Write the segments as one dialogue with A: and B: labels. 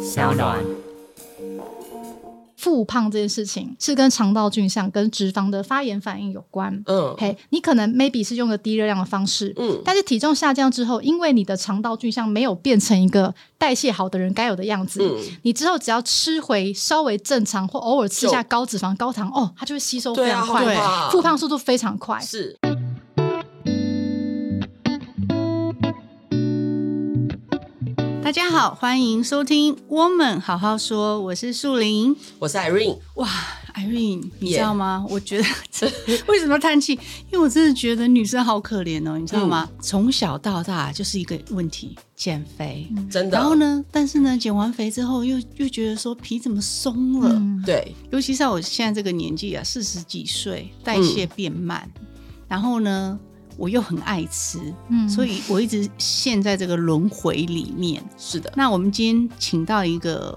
A: 小暖。
B: 复胖这件事情是跟肠道菌相跟脂肪的发炎反应有关。
A: 嗯
B: 嘿、你可能 maybe 是用个低热量的方式，
A: 嗯，
B: 但是体重下降之后，因为你的肠道菌相没有变成一个代谢好的人该有的样子，
A: 嗯
B: 你之后只要吃回稍微正常或偶尔吃下
A: 就
B: 高脂肪、高糖，哦，它就会吸收
A: 对
B: 非
A: 啊，
B: 常
A: 好
B: 快，
A: 可怕
B: 复胖速度非常快。
A: 是
C: 大家好，欢迎收听《Woman 好好说》，我是树林。
A: 我是 Irene，
C: 哇，Irene，你
A: Yeah
C: 知道吗我觉得 为什么叹气？因为我真的觉得女生好可怜哦，你知道吗？从小到大就是一个问题，减肥。
A: 真的。
C: 然后？呢？但是呢，减完肥之后又又觉得说皮怎么松了？
B: 嗯，
A: 对，
C: 尤其像我现在这个年纪啊，四十几岁，代
A: 嗯
C: 谢变慢，然后呢，我又很爱吃，
B: 嗯
C: 所以我一直陷在这个轮回里面。
A: 是的，
C: 那我们今天请到一个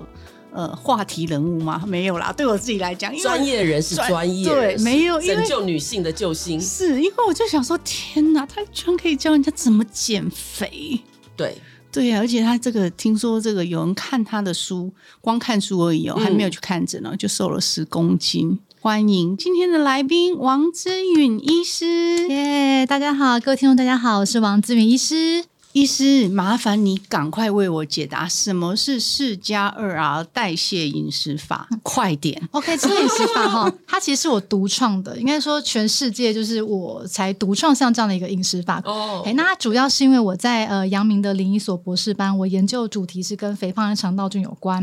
C: 呃话题人物吗？没有啦，对我自己来讲，因为
A: 专业人士，
C: 专
A: 专业
C: 对
A: 人士
C: 没有因为
A: 拯救女性的救星。
C: 是因为我就想说，天哪，他居然可以教人家怎么减肥。
A: 对，
C: 对呀、而且他这个听说这个有人看他的书，光看书而已哦，
A: 嗯
C: 还没有去看诊哦，就瘦了十公斤。欢迎今天的来宾王之允医师，
B: 耶大家好，各位听众，大家好，我是王姿云医师。
C: 医师，麻烦你赶快为我解答什么是四加二 R 代谢饮食法，快点！
B: OK，这个饮食法哈，它其实是我独创的，应该说全世界就是我才独创像这样的一个饮食法。
A: 哦
B: 哎，那它主要是因为我在呃阳明的林一所博士班，我研究的主题是跟肥胖和肠道菌有关。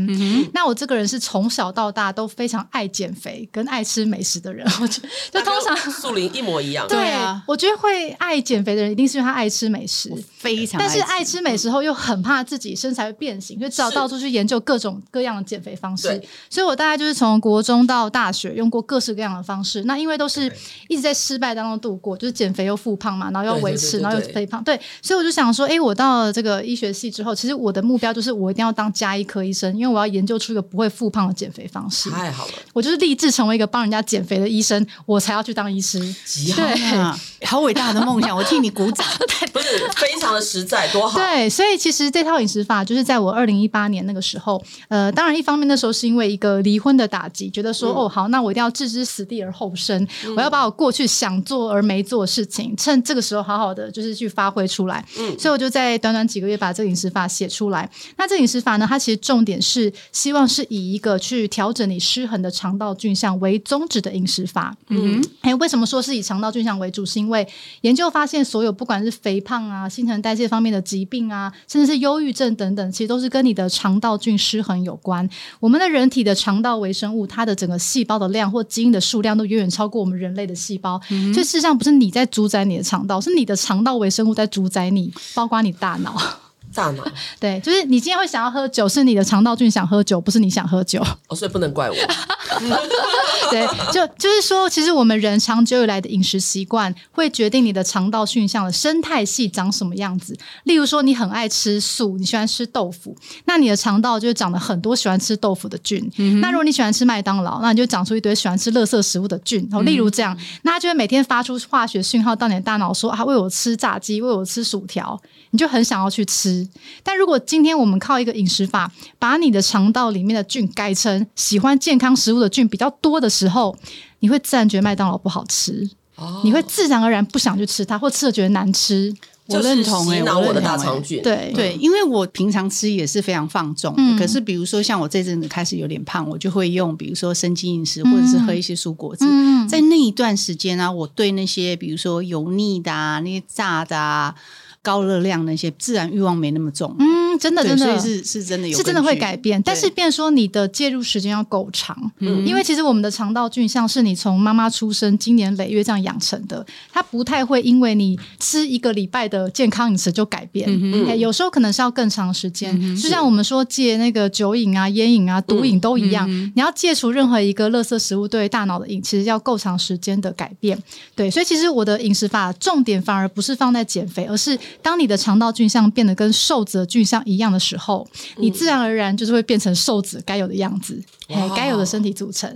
B: 那我这个人是从小到大都非常爱减肥跟爱吃美食的人，我就就通常
A: 常树林一模一样。
C: 对啊
B: 我觉得会爱减肥的人一定是因为他爱吃美食
C: 我。非常
B: 但是
C: 爱
B: 爱吃美食后又很怕自己身材会变形，所以只好
A: 是
B: 到处去研究各种各样的减肥方式
A: 对。
B: 所以我大概就是从国中到大学用过各式各样的方式。那因为都是
A: 对
B: 一直在失败当中度过，就是减肥又复胖嘛，然后要
A: 对对
B: 维
A: 对
B: 持，
A: 对
B: 然后
A: 对
B: 又肥胖。对，所以我就想说，诶，我到了这个医学系之后，其实我的目标就是我一定要当加医科医生，因为我要研究出一个不会复胖的减肥方式。
A: 太好了，
B: 我就是立志成为一个帮人家减肥的医生，我才要去当医师。
A: 极好，
B: 对
C: 啊， 好伟大的梦想，我替你鼓掌。
A: 不是非常的实在，多好。
B: 对，所以其实这套饮食法就是在我二零一八年那个时候，呃，当然一方面那时候是因为一个离婚的打击，觉得说、
A: 嗯
B: 哦好，那我一定要置之死地而后生，我要把我过去想做而没做的事情，趁这个时候好好的就是去发挥出来。
A: 嗯
B: 所以我就在短短几个月把这个饮食法写出来。那这个饮食法呢，它其实重点是希望是以一个去调整你失衡的肠道菌相为宗旨的饮食法。
C: 嗯哼，
B: 哎，为什么说是以肠道菌相为主？是因为研究发现，所有不管是肥胖啊、新陈代谢方面的疾病啊，甚至是忧郁症等等，其实都是跟你的肠道菌失衡有关。我们的人体的肠道微生物，它的整个细胞的量或基因的数量都远远超过我们人类的细胞，所以事实上不是你在主宰你的肠道，是你的肠道微生物在主宰你，包括你大脑。
A: 大脑，
B: 对，就是你今天会想要喝酒，是你的肠道菌想喝酒，不是你想喝酒。
A: 哦，所以不能怪我。
B: 对，就就是说，其实我们人长久以来的饮食习惯会决定你的肠道菌相的生态系长什么样子。例如说，你很爱吃素，你喜欢吃豆腐，那你的肠道就会长了很多喜欢吃豆腐的菌。那如果你喜欢吃麦当劳，那你就长出一堆喜欢吃垃圾食物的菌。然后，例如这样，那它就会每天发出化学讯号到你的大脑说啊，喂我吃炸鸡，喂我吃薯条，你就很想要去吃。但如果今天我们靠一个饮食法，把你的肠道里面的菌改成喜欢健康食物的菌比较多的时候，你会自然觉得麦当劳不好吃，
A: 哦
B: 你会自然而然不想去吃它，或吃了觉得难吃。
C: 我认同
A: 就是
C: 哎、
A: 洗脑
C: 我认同
A: 我的
C: 欸
A: 大肠菌。
B: 对
C: 对，因为我平常吃也是非常放纵的，
B: 嗯
C: 可是比如说像我这阵子开始有点胖，我就会用比如说生肌饮食，或者是喝一些蔬果汁。
B: 嗯，
C: 在那一段时间啊，我对那些比如说油腻的啊、那些炸的啊、高热量那些，自然欲望没那么重。
B: 嗯，真的
C: 对
B: 真的
C: 所以是是真的有
B: 是真的会
C: 根据
B: 改变，但
C: 对
B: 是变说你的介入时间要够长，
C: 嗯
B: 因为其实我们的肠道菌像是你从妈妈出生经年累月这样养成的，它不太会因为你吃一个礼拜的健康饮食就改变。
A: 嗯
B: 哎有时候可能是要更长时
C: 嗯
B: 间，就像我们说戒那个酒瘾啊、烟瘾啊、毒瘾都一样，
C: 嗯
B: 你要戒除任何一个垃圾食物对大脑的瘾，其实要够长时间的改变。对，所以其实我的饮食法重点反而不是放在减肥，而是当你的肠道菌相变得跟瘦子的菌相一样的时候，你
A: 嗯
B: 自然而然就是会变成瘦子该有的样子，
A: 哇
B: 哎，该有的身体组成。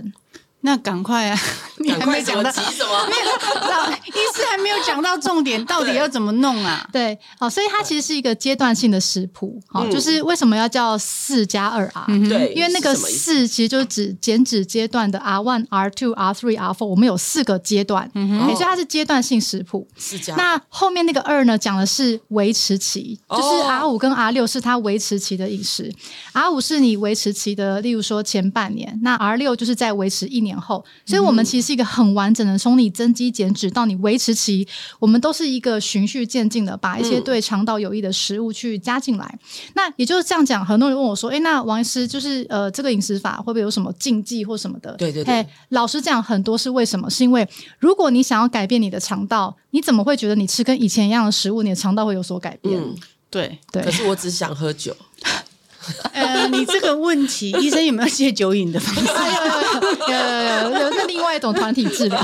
C: 那赶快啊，你
A: 赶
C: 还
A: 快
C: 没
A: 什
C: 讲
A: 么
C: 到
A: 急什么？
C: 那医师还没有讲到重点，到底要怎么弄啊？
B: 对，好，所以它其实是一个阶段性的食谱，好，
A: 嗯
B: 就是为什么要叫四加二 R？
C: 嗯
A: 对，
B: 因为那个
A: 是什么意思
B: 四其实就是指减脂阶段的 R one、R two、R three、R four，我们有四个阶段，
C: 嗯
B: 哎
A: 哼
B: 所以它是阶段性食谱。
A: 是加
B: 那后面那个二呢，讲的是维持期，
A: 哦
B: 就是 R 五跟 R 六是它维持期的饮食，R 五是你维持期的，例如说前半年，那 R 六就是在维持一年后。所以我们其实是一个很完整的，从你增肌减脂到你维持期，我们都是一个循序渐进的，把一些
A: 嗯
B: 对肠道有益的食物去加进来。那也就是这样讲，很多人问我说：“诶，那王医师就是呃，这个饮食法会不会有什么禁忌或什么的？”
A: 对对对
B: 嘿老实讲，很多是为什么？是因为如果你想要改变你的肠道，你怎么会觉得你吃跟以前一样的食物，你的肠道会有所改变？
A: 嗯，
C: 对，
B: 对
A: 可，是我只想喝酒，
C: 呃，你这个问题，医生有没有戒酒瘾的方式？
B: 哎 有有有有有有，那另外一种团体治疗。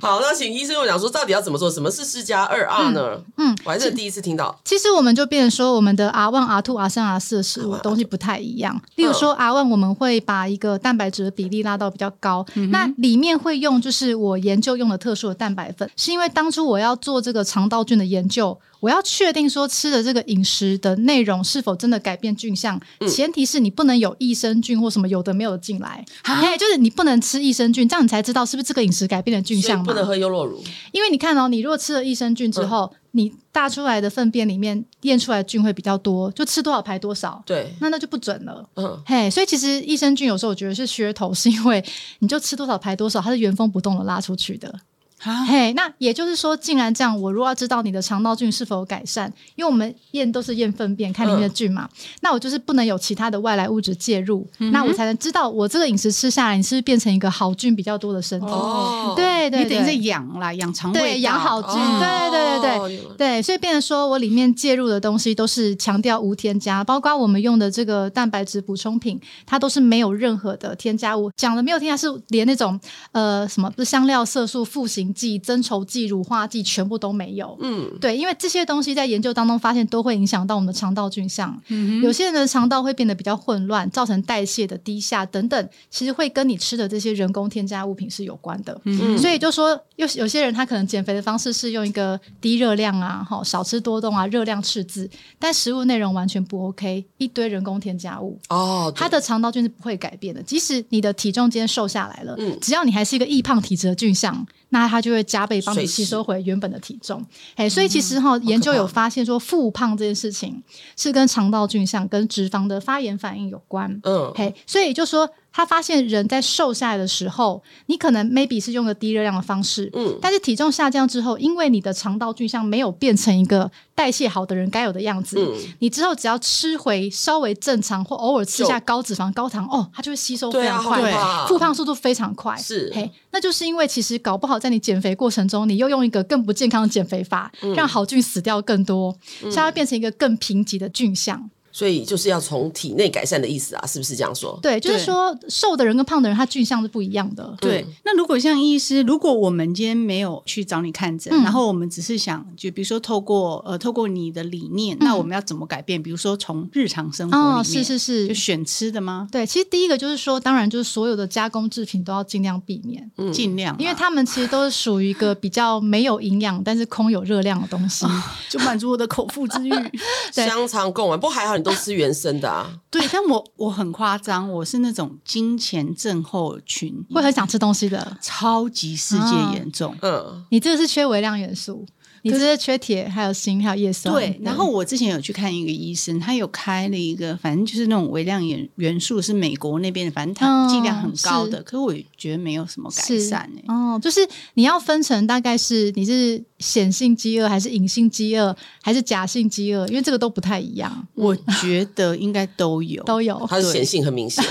A: 好，那请医生跟我讲说，到底要怎么做？什么是四加二 R 呢？
B: 嗯
A: 我还是第一次听到。
B: 其实我们就变成说，我们的 R one、R two、R 三、R 四的食物
A: R1
B: 东西不太一
A: 嗯
B: 样。例如说 R one，我们会把一个蛋白质的比例拉到比较高，
A: 嗯
B: 那里面会用就是我研究用的特殊的蛋白粉，是因为当初我要做这个肠道菌的研究，我要确定说吃的这个饮食的内容是否真的改变菌相，
A: 嗯
B: 前提是你不能有益生菌或什么有的没有的进来，哎，就是你不能吃益生菌，这样你才知道是不是这个饮食改变了菌
A: 所以
B: 相嘛。
A: 不能喝优酪乳，
B: 因为你看哦，你如果吃了益生菌
A: 嗯
B: 之后，你大出来的粪便里面验出来的菌会比较多，就吃多少排多少，
A: 对，
B: 那那就不准了。
A: 嗯，
B: 嘿所以其实益生菌有时候我觉得是噱头，是因为你就吃多少排多少，它是原封不动的拉出去的。
C: 啊，
B: 嘿那也就是说，竟然这样，我如果要知道你的肠道菌是否有改善，因为我们验都是验粪便，看里面
A: 嗯
B: 的菌嘛，那我就是不能有其他的外来物质介入，
A: 嗯
B: 那我才能知道我这个饮食吃下来，你是不是变成一个好菌比较多的身体。
A: 哦，
B: 对对对，
C: 你等于在养啦，养肠胃道
B: 对，养好菌，
A: 哦
B: 对对对对。
A: 对，
B: 对，所以变成说我里面介入的东西都是强调无添加，包括我们用的这个蛋白质补充品，它都是没有任何的添加物。讲的没有添加是连那种呃什么不是香料、色素、赋形剂、增稠剂、乳化剂全部都没有。
A: 嗯，
B: 对，因为这些东西在研究当中发现都会影响到我们的肠道菌相，有些人的肠道会变得比较混乱，造成代谢的低下等等，其实会跟你吃的这些人工添加物品是有关的。
A: 嗯
B: 所以就说有有些人他可能减肥的方式是用一个低热量啊，哈，少吃多动啊，热量赤字，但食物内容完全不 OK，一堆人工添加物。
A: 哦，对
B: 它的肠道菌是不会改变的，即使你的体重今天瘦下来了，
A: 嗯
B: 只要你还是一个易胖体质的菌相，那它就会加倍帮你
A: 随时
B: 吸收回原本的体重。
A: 嗯
B: 哎，所以其实哈、研究有发现说，复胖这件事情是跟肠道菌相跟脂肪的发炎反应有关。
A: 嗯，
B: 嘿，所以就说他发现人在瘦下来的时候，你可能 maybe 是用个低热量的方式，
A: 嗯
B: 但是体重下降之后，因为你的肠道菌相没有变成一个代谢好的人该有的样子，
A: 嗯
B: 你之后只要吃回稍微正常或偶尔吃
A: 就
B: 下高脂肪、高糖，哦，它就会吸收非
A: 对啊，
B: 常
A: 好
B: 快，
A: 可怕
B: 复，胖速度非常快，
A: 是
B: 嘿，那就是因为其实搞不好在你减肥过程中，你又用一个更不健康的减肥法，
A: 嗯
B: 让好菌死掉更多，所以它会变成一个更贫瘠的菌相。
A: 所以就是要从体内改善的意思啊，是不是这样说？
B: 对，就是
C: 对
B: 说瘦的人跟胖的人，他菌相是不一样的。哦
C: 对，那如果像医师，如果我们今天没有去找你看诊，
B: 嗯
C: 然后我们只是想，就比如说透过呃，透过你的理念，那我们要怎么改变？比如说从日常生活里
B: 嗯
C: 面，
B: 哦，是是，
C: 就是选吃的吗？
B: 对。其实第一个就是说，当然就是所有的加工制品都要尽量避免，
C: 尽量啊，
B: 因为它们其实都是属于一个比较没有营养，但是空有热量的东西。
C: 就满足我的口腹之欲。
B: 对
A: 香肠贡丸，不过还好你都吃原生的啊，
C: 对，但我我很夸张，我是那种金钱症候群，
B: 会很想吃东西的。
C: 超级世界严重。
A: 嗯，
B: 你这个是缺微量元素，你这是缺铁，还有锌，还有叶酸。
C: 对，然后我之前有去看一个医生，他有开了一个，反正就是那种微量元元素是美国那边的，反正它
B: 嗯
C: 剂量很高的，可是我也觉得没有什么改
B: 是
C: 善哎、
B: 哦，就是你要分成大概是你是显性饥饿，还是隐性饥饿，还是假性饥饿，因为这个都不太一样，
C: 我觉得应该都有，
B: 都有。
A: 它的显性很明 显，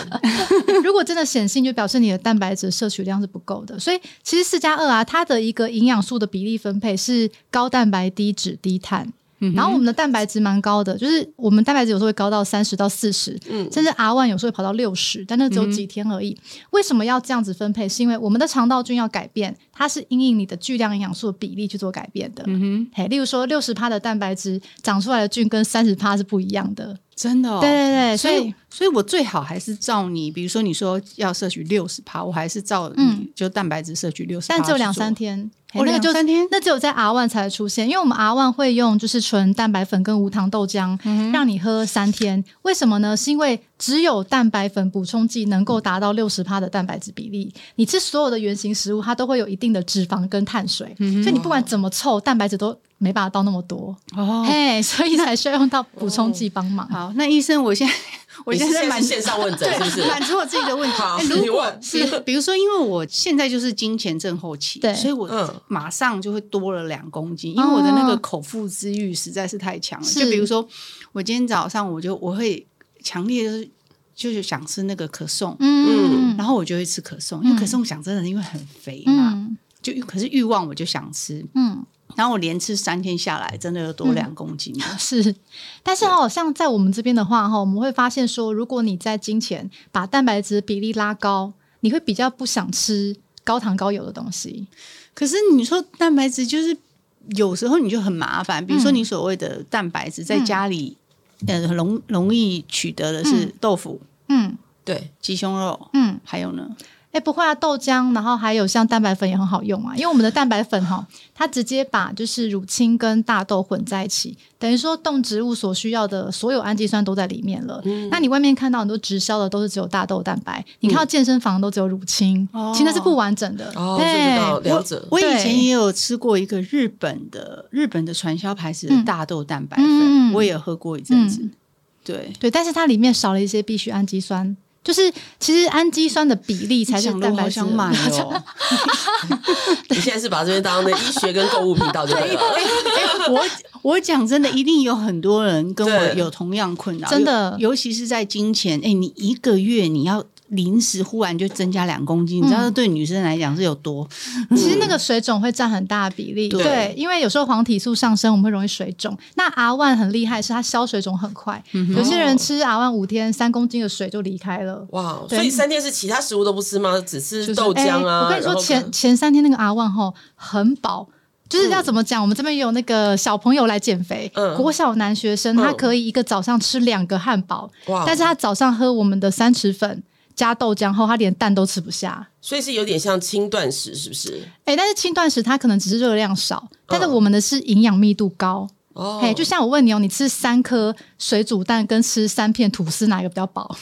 B: 如果真的显性，就表示你的蛋白质摄取量是不够的。所以其实四加二啊，它的一个营养素的比例分配是高蛋白、低脂、低碳。然后我们的蛋白质蛮高的，就是我们蛋白质有时候会高到三十到四十，
A: 嗯
B: 甚至 R one 有时候会跑到六十，但那只有几天而已。为什么要这样子分配？是因为我们的肠道菌要改变，它是因应你的巨量营养素的比例去做改变的。嗯哼，嘿，例如说六十趴的蛋白质长出来的菌跟三十趴是不一样的，
C: 真的、哦，
B: 对对对，所以
C: 所以我最好还是照你，比如说你说要摄取六十趴，我还是照你，
B: 嗯
C: 就蛋白质摄取六十，
B: 但只有两三。天，
C: 哦
B: 嘿那个就
C: 两三天
B: 那只有在 R one 才会出现，因为我们 R one 会用就是纯蛋白粉跟无糖豆浆、让你喝三天，为什么呢？是因为只有蛋白粉补充剂能够达到六十帕的蛋白质比例，你吃所有的原型食物，它都会有一定的脂肪跟碳水，所以你不管怎么凑，蛋白质都没办法到那么多，
C: 哦，
B: 嘿，所以才需要用到补充剂帮忙。
C: 好，那医生，我现在我
A: 你
C: 现
A: 是
C: 在
A: 现在
C: 满
A: 是线上问诊是不是？
C: 满足我自己的问题。
A: 好
C: 哎
A: 你
C: 如果
A: 问
C: 是比如说，因为我现在就是金钱症后期，
B: 对
C: 所以我
A: 嗯
C: 马上就会多了两公斤，因为我的那个口腹之欲实在是太强了。
B: 是
C: 就比如说，我今天早上我就我会强烈就是就是想吃那个可颂，
B: 嗯，
C: 然后我就会吃可颂，因为可颂想真的因为很肥嘛，
B: 嗯
C: 就可是欲望我就想吃，
B: 嗯。
C: 然后我连吃三天下来，真的有多两公斤了。
B: 是，但是哦，像在我们这边的话哈、我们会发现说，如果你在金钱把蛋白质比例拉高，你会比较不想吃高糖高油的东西。
C: 可是你说蛋白质就是有时候你就很麻烦，比如说
B: 嗯
C: 你所谓的蛋白质在家里，呃，很容容易取得的是
B: 嗯
C: 豆腐、
B: 嗯
A: 对，
C: 鸡胸肉，
B: 嗯，
C: 还有呢，
B: 哎，不会啊，豆浆，然后还有像蛋白粉也很好用啊，因为我们的蛋白粉哈、它直接把就是乳清跟大豆混在一起，等于说动植物所需要的所有氨基酸都在里面了。
A: 嗯
B: 那你外面看到很多直销的都是只有大豆蛋白，你看到健身房都只有乳清，
C: 哦
B: 其实那是不完整的。
A: 哦，
B: 对
A: 这知道了解。
C: 我以
B: 对
C: 前也有吃过一个日本的日本的传销牌子的
B: 嗯
C: 大豆蛋白粉，
B: 嗯
C: 我也有喝过一阵子。
B: 嗯
C: 对，
B: 对，但是它里面少了一些必需氨基酸，就是其实氨基酸的比例才是
C: 想得
B: 蛋
C: 我
B: 白
C: 好
B: 质
C: 想买
B: 的。
C: 哦。
A: 你现在是把这边当那医学跟购物频道就对嗯了。
C: 哎我我讲真的，一定有很多人跟我
A: 对
C: 有同样困扰，
B: 真的
C: 尤尤其是在金钱。哎、你一个月你要临时忽然就增加两公斤，
B: 嗯
C: 你知道这对女生来讲是有多？
B: 其实那个水肿会占很大的比例，
C: 对
B: 因为有时候黄体素上升，我们会容易水肿。那 R one 很厉害，是它消水肿很快，
A: 嗯
C: 嗯
B: 有些人吃 R one 五天，三公斤的水就离开了。
A: 哦哇，
B: 对
A: 所以三天是其他食物都不吃吗？只吃豆
B: 哎，
A: 浆啊？
B: 我跟你说
A: 然后
B: 前前三天那个 R one 吼很饱。就是要怎么讲？我们这边有那个小朋友来减肥，
A: 嗯
B: 国小男学生，
A: 嗯
B: 他可以一个早上吃两个汉堡，
C: 哦
A: 哇，
B: 但是他早上喝我们的三匙粉加豆浆后，他连蛋都吃不下。
A: 所以是有点像轻断食，是不是？
B: 哎，但是轻断食它可能只是热量少，
C: 嗯
B: 但是我们的是营养密度高。
A: 哦，
B: 哎、就像我问你哦，你吃三颗水煮蛋跟吃三片吐司哪一个比较饱？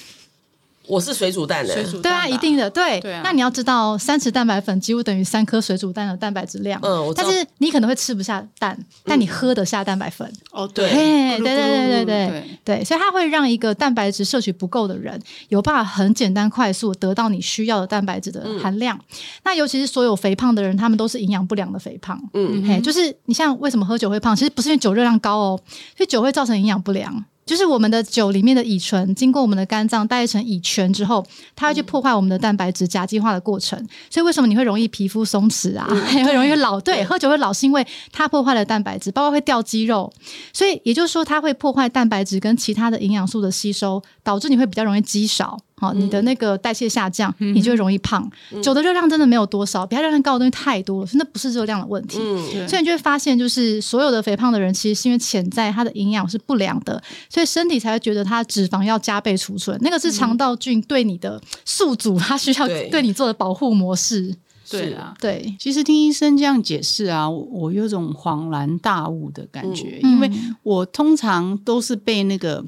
A: 我是水煮蛋的，
C: 水煮
B: 对啊，
C: 蛋吧
B: 一定的，对。
C: 对啊
B: 那你要知道，三匙蛋白粉几乎等于三颗水煮蛋的蛋白质量。
A: 嗯我知
B: 但
A: 道
B: 是你可能会吃不下蛋，但你喝得下蛋白粉。
C: 哦，
A: 对
B: 嘿，
C: 咕噜
B: 对
C: 咕噜
B: 对
C: 咕
B: 对对
C: 噜
B: 对对，所以它会让一个蛋白质摄取不够的人，有办法很简单快速得到你需要的蛋白质的含量。那尤其是所有肥胖的人，他们都是营养不良的肥胖。
A: 嗯
B: 嗯，嘿，就是你像为什么喝酒会胖，其实不是因为酒热量高哦，所以酒会造成营养不良。就是我们的酒里面的乙醇经过我们的肝脏代谢成乙醛之后，它会去破坏我们的蛋白质甲基化的过程。所以为什么你会容易皮肤松弛啊， 会容易老？对，喝酒会老是因为它破坏了蛋白质，包括会掉肌肉。所以也就是说，它会破坏蛋白质跟其他的营养素的吸收，导致你会比较容易肌少。好、你的那个代谢下降，你就会容易胖。酒的热量真的没有多少，比它热量高的东西太多了，所以那不是热量的问题。
A: 嗯，
C: 对
B: 所以你就会发现，就是所有的肥胖的人，其实是因为潜在他的营养是不良的，所以身体才会觉得他脂肪要加倍储存。那个是肠道菌对你的宿主，它需要
A: 对
B: 对你做的保护模式。
C: 对啊。
B: 对，
C: 其实听医生这样解释啊，我我有种恍然大悟的感觉，
B: 嗯
C: 因为我通常都是被那个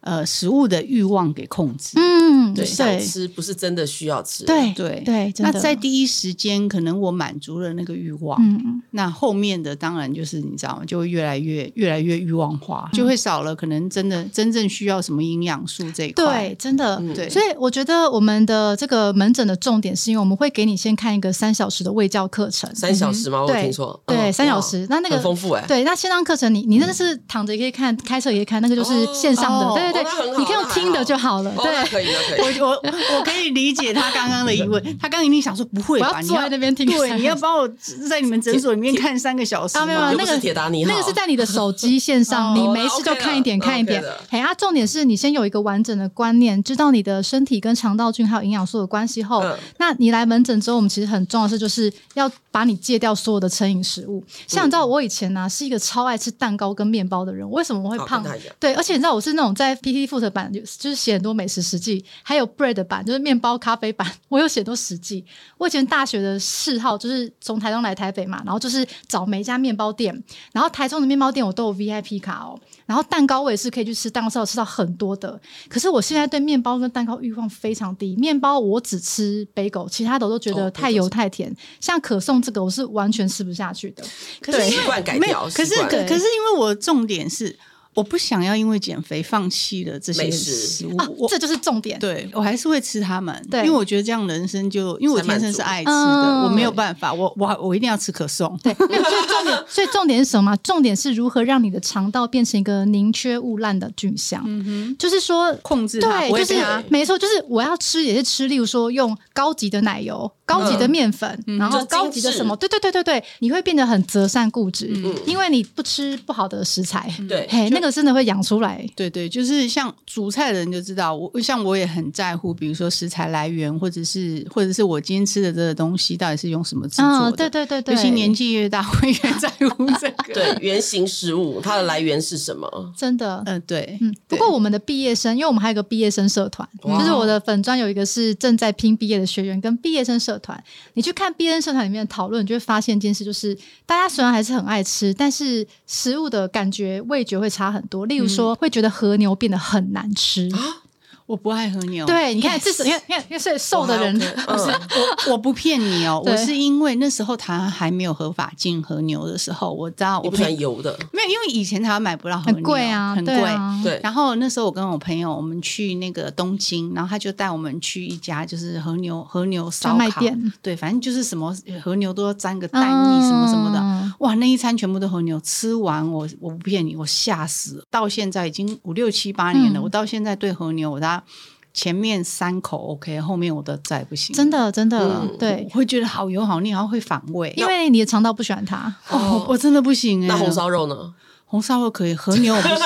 C: 呃食物的欲望给控制。
B: 嗯，
A: 对，
B: 对
A: 想吃不是真的需要吃，
B: 对
C: 对
B: 对，真
C: 那
B: 的
C: 在第一时间，可能我满足了那个欲望，
B: 嗯
C: 那后面的当然就是你知道吗？就会越来越越来越欲望化，
B: 嗯
C: 就会少了可能真的真正需要什么营养素这一块。
B: 对，真的。
A: 嗯
C: 对
B: 所以我觉得我们的这个门诊的重点是因为我们会给你先看一个三小时的卫教课程，
A: 三小时吗？我有
B: 对
A: 听错，
B: 对，
A: 嗯
B: 三小
A: 哇
B: 时。那那
A: 很丰
B: 个
A: 富哎，
B: 对，那线上课程你你真的是躺着也可以看，开车也可以看，那个就是
A: 哦
B: 线上的，
C: 哦
B: 对对
A: 哦那很
B: 对，
A: 好
B: 你可以用
A: 那还
B: 听的
A: 好
B: 就好了。
A: 哦，
B: 对
A: 那，可以，那可以。
C: 我我我可以理解他刚刚的疑 问，他刚刚一定想说不会
B: 我
C: 吧？
B: 要
C: 你
B: 坐在那边听三
C: 对，
B: 个
C: 你要帮我在你们诊所 里面看三个小时吗？
B: 啊没有啊
A: 又
B: 那
A: 不
B: 个
A: 是铁达尼 号，
B: 那个是在你的手机线
C: 哦
B: 上，你没事
A: 那
B: 就
A: OK
B: 看一点
A: 了
B: 看一点
A: 那 OK 了。
B: 哎，啊，重点是你先有一个完整的观念，知道你的身体跟肠道菌还有营养素的关系后
A: 嗯，
B: 那你来门诊之后，我们其实很重要的是就是要把你戒掉所有的成瘾食物。像
A: 嗯
B: 啊你知道我以前呢是一个超爱吃蛋糕跟面包的人，为什么我会
A: 好
B: 胖
A: 哦跟他一样？
B: 对，而且你知道我是那种在 PPT Food 版有就是写很多美食实际，还有 Bread 版就是面包咖啡版，我有写很多实际。我以前大学的嗜好就是从台东来台北嘛，然后就是找每一家面包店，然后台中的面包店我都有 VIP 卡哦，然后蛋糕我也是可以去吃蛋糕，是有吃到很多的。可是我现在对面包跟蛋糕欲望非常低，面包我只吃 bagel，其他的我都觉
A: 哦
B: 得
A: ，bagel
B: 太油太甜，像可颂这个我是完全吃不下去的。
C: 可
B: 对
C: 是因
A: 习
C: 为
A: 惯改
C: 没
A: 掉
C: 有，可
A: 习
C: 是可
A: 惯
B: 对
C: 可是因为我重点是，我不想要因为减肥放弃了这些
A: 美食
C: 食物，
B: 啊，
C: 我
B: 这就是重点。
C: 对我还是会吃它们，
B: 对
C: 因为我觉得这样人生就因为我天生是爱吃
B: 才满
C: 的，
B: 足嗯
C: 我没有办法，我我我一定要吃可颂。
B: 对，没有，所以重点，所以重点是什么？重点是如何让你的肠道变成一个宁缺毋滥的菌相。
C: 嗯
B: 就是说
C: 控制它
B: 对，
C: 不会
B: 就是
C: 被它
B: 没错，就是我要吃也是吃，例如说用高级的奶油、高级的
C: 嗯
B: 面粉，然后
A: 就
B: 高
A: 精
B: 级的
A: 致
B: 什么，对对对对对，你会变得很择善固执，
C: 嗯
B: 因为你不吃不好的食材，
A: 对
B: 嘿，那个真的会养出来。
C: 对对，就是像煮菜的人就知道，我像我也很在乎，比如说食材来源，或者是或者是我今天吃的这个东西到底是用什么制作
B: 嗯，
C: 的。
B: 对对对对，
C: 尤其年纪越大，会越在乎这 个。
A: 对，原型食物它的来源是什么？
B: 真的，
C: 嗯，对，
B: 嗯，不
C: 对
B: 过我们的毕业生，因为我们还有个毕业生社团，
A: 哇
B: 就是我的粉专有一个是正在拼毕业的学员跟毕业生社团。你去看毕业生社团里面的讨论，你就会发现一件事，就是大家虽然还是很爱吃，但是食物的感觉、味觉会差很多。例如
C: 嗯
B: 说，会觉得和牛变得很难吃。
C: 啊我不爱喝牛。
B: 对，你看，
C: Yes
B: 至少你看，你看，你看所以瘦的人啊
A: 我还 OK，嗯
C: 我我不骗你哦，
B: 对
C: 我是因为那时候台湾还没有合法进和牛的时候，我知道
A: 你
C: 我
A: 不喜
C: 朋友
A: 欢油的，
C: 没有，因为以前台湾买不到和牛，
B: 很贵啊，
C: 很贵。
B: 对啊，
A: 对，
C: 然后那时候我跟我朋友，我们去那个东京，然后他就带我们去一家就是和牛和牛烧
B: 专卖
C: 烤
B: 店，
C: 对，反正就是什么和牛都要沾个蛋液什么什么的，
B: 嗯
C: 哇，那一餐全部都和牛，吃完我我不骗你，我吓死了。到现在已经五六七八年了，
B: 嗯
C: 我到现在对和牛，我大概前面三口 OK，后面我都再也不行，
B: 真的，真的，
A: 嗯
B: 对
C: 我，会觉得好油好腻，然后会反胃。
B: 因为你的肠道不喜欢 它。
C: 哦，我真的不行哎、
A: 那红烧肉呢？
C: 红烧肉可以，和牛我不行，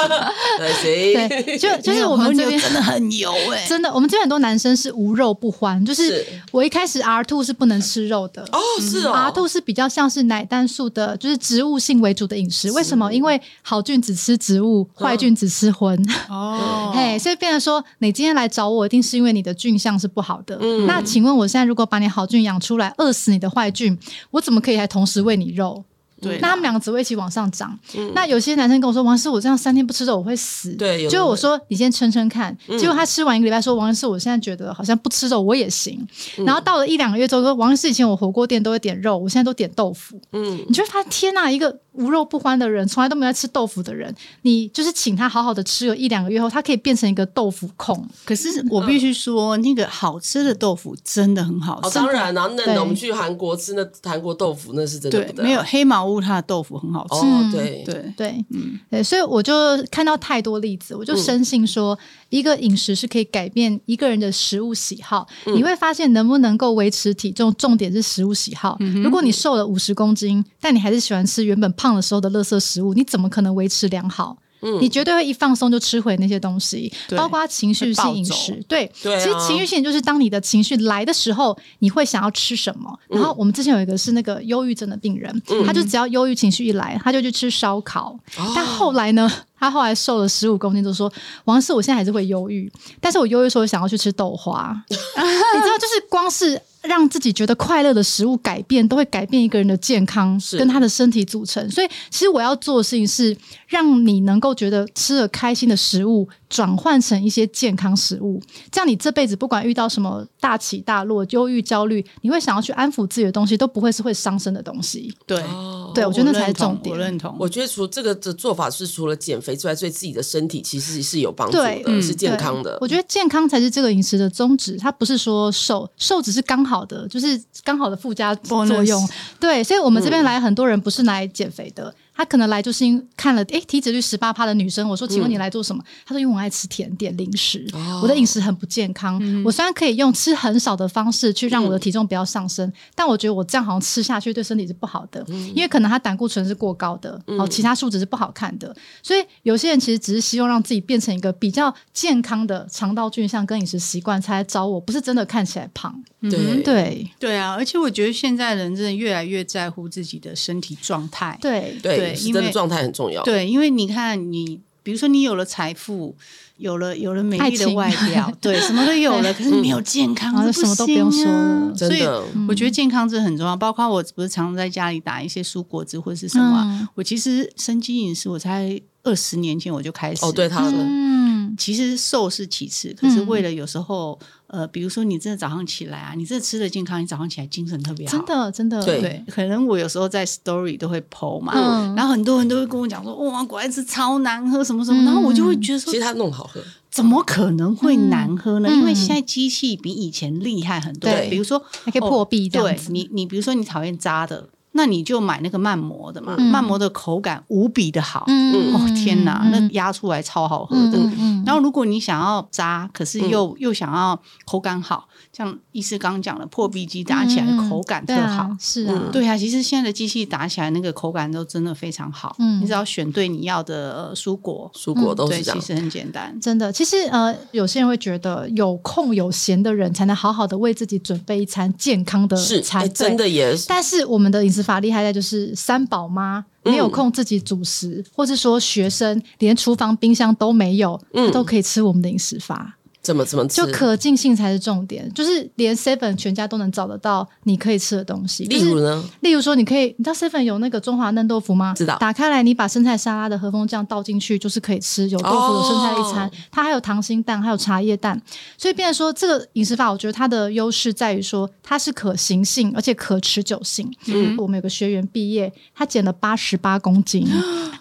A: 对，谁？
B: 对， 就就是我们
C: 和
B: 这
C: 牛
B: 边
C: 真的很油哎、
B: 真的，我们这边很多男生是无肉不欢，就是嗯
A: 是
B: 我一开始 R two 是不能吃肉的。
A: 哦，是哦，
B: R two 是比较像是奶蛋素的，就是植物性为主的饮食。为什么？因为好菌只吃植物，
A: 嗯
B: 坏菌只吃荤。
C: 哦
B: 嘿，所以变成说，你今天来找我，一定是因为你的菌相是不好的。
A: 嗯
B: 那请问我现在如果把你好菌养出来，饿死你的坏菌，我怎么可以还同时喂你肉？
C: 对啦
B: 那他们两个只会一起往上涨。那有些男生跟我说：“王师，我这样三天不吃肉我会死。”
A: 嗯对有的嗯
B: 就我
A: 会
B: 说你先撑撑看。结果他吃完一个礼拜说：“王医师，我现在觉得好像不吃肉我也行。”
A: 嗯
B: 然后到了一两个月之后说：“王医师，以前我火锅店都会点肉，我现在都点豆腐。”
A: 嗯，
B: 你就会发现，天呐，一个无肉不欢的人，从来都没有在吃豆腐的人，你就是请他好好的吃个一两个月后，他可以变成一个豆腐控。
C: 可
B: 嗯
C: 是我必须说，那个好吃的豆腐真的很好
A: 哦，
C: 吃。
A: 当然啊，嫩
B: 对
A: 的，我们去韩国吃那韩国豆腐，那是真的
C: 对
A: 不，得了
C: 没有黑毛屋它的豆腐很好吃。
B: 嗯
A: 哦，对，
C: 对，
B: 对，嗯，对，所以我就看到太多例子，我
C: 嗯
B: 就深信说，一个饮食是可以改变一个人的食物喜好。
C: 嗯
B: 你会发现能不能够维持体重，重点是食物喜好。
C: 嗯
B: 如果你瘦了五十公斤，但你还是喜欢吃原本胖的时候的垃圾食物，你怎么可能维持良好？你绝对会一放松就吃回那些东西，
C: 嗯对
B: 包括情绪性饮
C: 会暴
B: 食。对，
A: 对啊
B: 其实情绪性就是当你的情绪来的时候，你会想要吃什么。
A: 嗯
B: 然后我们之前有一个是那个忧郁症的病人，他就只要忧郁情绪一来，他就去吃烧烤。
A: 哦
B: 但后来呢，他后来瘦了十五公斤，就说：“王师，我现在还是会忧郁，但是我忧郁的时候想要去吃豆花。” 你知道，就是光是。让自己觉得快乐的食物改变，都会改变一个人的健康
A: 是
B: 跟他的身体组成。所以，其实我要做的事情是让你能够觉得吃了开心的食物，转换成一些健康食物，这样你这辈子不管遇到什么大起大落、忧郁、焦虑，你会想要去安抚自己的东西，都不会是会伤身的东西。
C: 对，
A: 哦
B: 对，我觉得那才是
C: 认同
B: 重点
C: 我。认同。
A: 我觉得除这个的做法是除了减肥之外，对自己的身体其实是有帮助
B: 对嗯
A: 的，是健
B: 对
A: 康的。
B: 我觉得健康才是这个饮食的宗旨，它不是说瘦，瘦只是刚好的，就是刚好的附加作
C: Bonus
B: 用。对，所以我们这
C: 嗯
B: 边来很多人不是来减肥的，他可能来就是因看了诶体脂率十八趴的女生，我
C: 嗯
B: 说请问你来做什么？他说因为我爱吃甜点零食，
C: 哦
B: 我的饮食很不健康。
C: 嗯
B: 我虽然可以用吃很少的方式去让我的体重不要上升，但我觉得我这样好像吃下去对身体是不好的，
C: 嗯
B: 因为可能他胆固醇是过高的，好、其他数值是不好看的。所以有些人其实只是希望让自己变成一个比较健康的肠道菌相跟饮食习惯才来找我，不是真的看起来胖。
A: 对，
B: 对
C: 嗯对啊，而且我觉得现在人真的越来越在乎自己的身体状态。
B: 对
A: 对，
C: 对
A: 是
C: 因
A: 真的
C: 为
A: 状态很重要。
C: 对，因为你看你。比如说你有了财富，有了有了美
B: 爱
C: 丽的
B: 情
C: 外表，对，什么都有 了，可是你没有健康，
B: 嗯
C: 这
B: 啊什么都不
C: 不行啊
B: 用说了嗯
C: 所以
A: 真的
C: 我觉得健康这很重要。包括我不是常常在家里打一些蔬果汁或者是什么啊、
B: 嗯
C: 我其实生机饮食，我才二十年前我就开始。
A: 哦，对，他们，
B: 嗯，
C: 其实瘦是其次，可是
B: 嗯
C: 为了有时候，呃，比如说你真的早上起来啊，你真的吃的健康，你早上起来精神特别好。
B: 真的真的
A: 对
C: 对，可能我有时候在 story 都会 PO 嘛，
B: 嗯
C: 然后很多人都会跟我讲说，哇，果然是超难喝什么什么，
B: 嗯
C: 然后我就会觉得说
A: 其实，他弄好喝，
C: 怎么可能会难喝呢？
B: 嗯
C: 因为现在机器比以前厉害很多，
A: 对
C: 比如说
B: 还可以破壁这样
C: 对
B: 子，
C: 你，你比如说你讨厌渣的，那你就买那个慢磨的嘛，
B: 嗯
C: 慢磨的口感无比的好，
B: 嗯
C: 哦天哪，那
B: 嗯
C: 压出来超好喝的。
B: 嗯嗯，
C: 然后，如果你想要渣，可是又、又想要口感好，像医师刚刚讲的破壁机打起来
B: 嗯
C: 口感特
B: 对啊
C: 好，
B: 是啊，
C: 对啊，其实现在的机器打起来那个口感都真的非常好。
B: 嗯
C: 你只要选对你要的呃蔬果，
A: 蔬果都
C: 对，
A: 是这
C: 其
A: 样。
C: 实很简单。
B: 真的，其实呃，有些人会觉得有空有闲的人才能好好的为自己准备一餐健康的
A: 是，
B: 餐，
A: 哎，
B: 对
A: 真。的也是，
B: 但是我们的饮食法厉害在就是三宝妈没有空自己主食，或是说学生连厨房冰箱都没有，
A: 嗯
B: 他都可以吃我们的饮食法，
A: 怎么怎么吃
B: 就？可进性才是重点。就是连 Seven 全家都能找得到你可以吃的东西，
A: 例
B: 就是
A: 如呢，
B: 例如说，你可以，你知道 seven 有那个中华嫩豆腐吗？
A: 知道
B: 打开来，你把生菜沙拉的和风酱倒进去，就是可以吃有豆腐、有生菜一餐
A: 哦。
B: 它还有溏心蛋，还有茶叶蛋。所以，变成说这个饮食法，我觉得它的优势在于说它是可行性，而且可持久性。
A: 嗯
B: 我们有个学员毕业，他减了八十八公斤，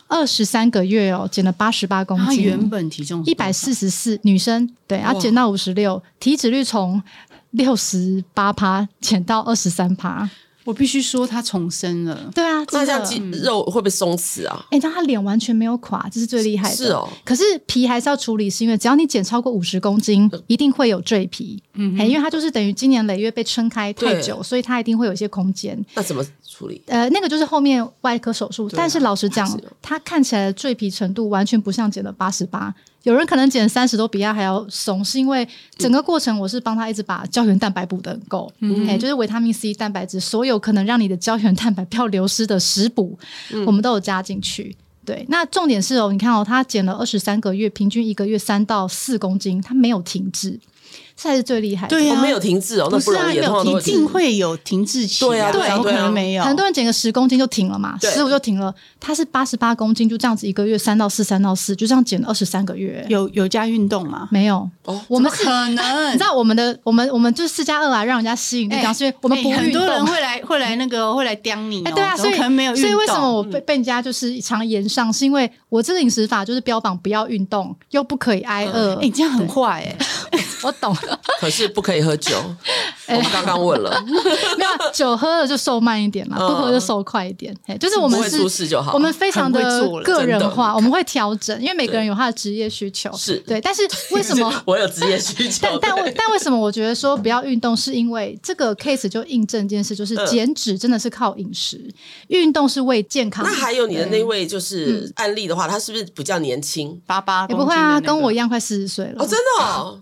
B: 二十三个月哦，减了八十八公
A: 啊
C: 它
B: 斤。
C: 原本体重
B: 一百四十四，女生对，要减到五十六，体脂率从六十八趴减到二十三趴。
C: 我必须说它重生了。
B: 对啊，真
A: 那这样
B: 的。
A: 肌肉会不会松弛啊？
B: 哎、但他脸完全没有垮，这是最嗯厉害的。
A: 是哦。
B: 可是皮还是要处理，是因为只要你减超过五十公斤，
A: 呃
B: 一定会有赘皮。嗯、因为它就是等于今年累月被撑开太
A: 对
B: 久，所以它一定会有一些空间。
A: 那怎么处理？
B: 呃，那个就是后面外科手术，
A: 对啊
B: 但是老实讲
A: 还是有，
B: 它看起来的赘皮程度完全不像减了八十八，有人可能减三十都比他还要松，是因为整个过程我是帮他一直把胶原蛋白补的很够，嗯、就是维他命 C 蛋白质，所有可能让你的胶原蛋白不要流失的食补，我们都有加进去。对，那重点是哦，你看哦，他减了二十三个月，平均一个月三到四公斤，他没有停滞，这才是最厉害的。
C: 对
A: 我
C: 啊
A: 没有停滞哦，那
C: 不
A: 不
C: 是啊，
A: 容易，通常都
C: 有
A: 会
C: 一定
A: 停滞。
C: 会有停滞期、
A: 对啊
B: 对
C: 怎么
A: 对
C: 可
A: 啊
C: 能没有？
B: 很多人减个十公斤就停了嘛，
A: 对
B: 十五就停了，他是八十八公斤，就这样子一个月三到四，三到四，就这样减了二十三个月。
C: 有有加运动吗？
B: 没有？
A: 哦
B: 我们
C: 怎
B: 是
C: 么可能
B: 你知道我们的我们我们就是四加二啊，让人家吸引力，表示、我们
C: 哎
B: 不运动。
C: 很多人会来会来那个会来刁你、哦
B: 哎，对啊，
C: 怎么
B: 所以
C: 可能没有运动。嗯
B: 所以为什么我被被人家就是常言上，是因为我这个饮食法就是标榜不要运动，又不可以挨饿。
C: 哎、你这样很坏哎、
B: 我懂，
A: 可是不可以喝酒，
B: 哎
A: 我们刚刚问了，
B: 没有啊酒喝了就瘦慢一点啦，
A: 嗯
B: 不喝就瘦快一点。哎， 就是我
A: 不
B: 们
A: 会
B: 是
A: 出事就好。
B: 我们非常
C: 很
B: 的
C: 会做了
B: 个人
A: 真
B: 化，
A: 的
B: 我们会调整，因为每个人有他的职业需求，
A: 是
B: 对。但是为什 么？
A: 我有职业需求
B: 但？但为但为什么我觉得说不要运动，是因为这个 case 就印证一件事，就是
A: 嗯
B: 减脂真的是靠饮食，运动是为健康。
A: 那还有你的那位
B: 嗯
A: 就是案例的话，他是不是比较年轻？
C: 八八
B: 也
C: 公
B: 不
C: 斤
B: 会
C: 的
B: 啊，
C: 那个
B: 跟我一样快四十岁了
A: 哦，。真的哦，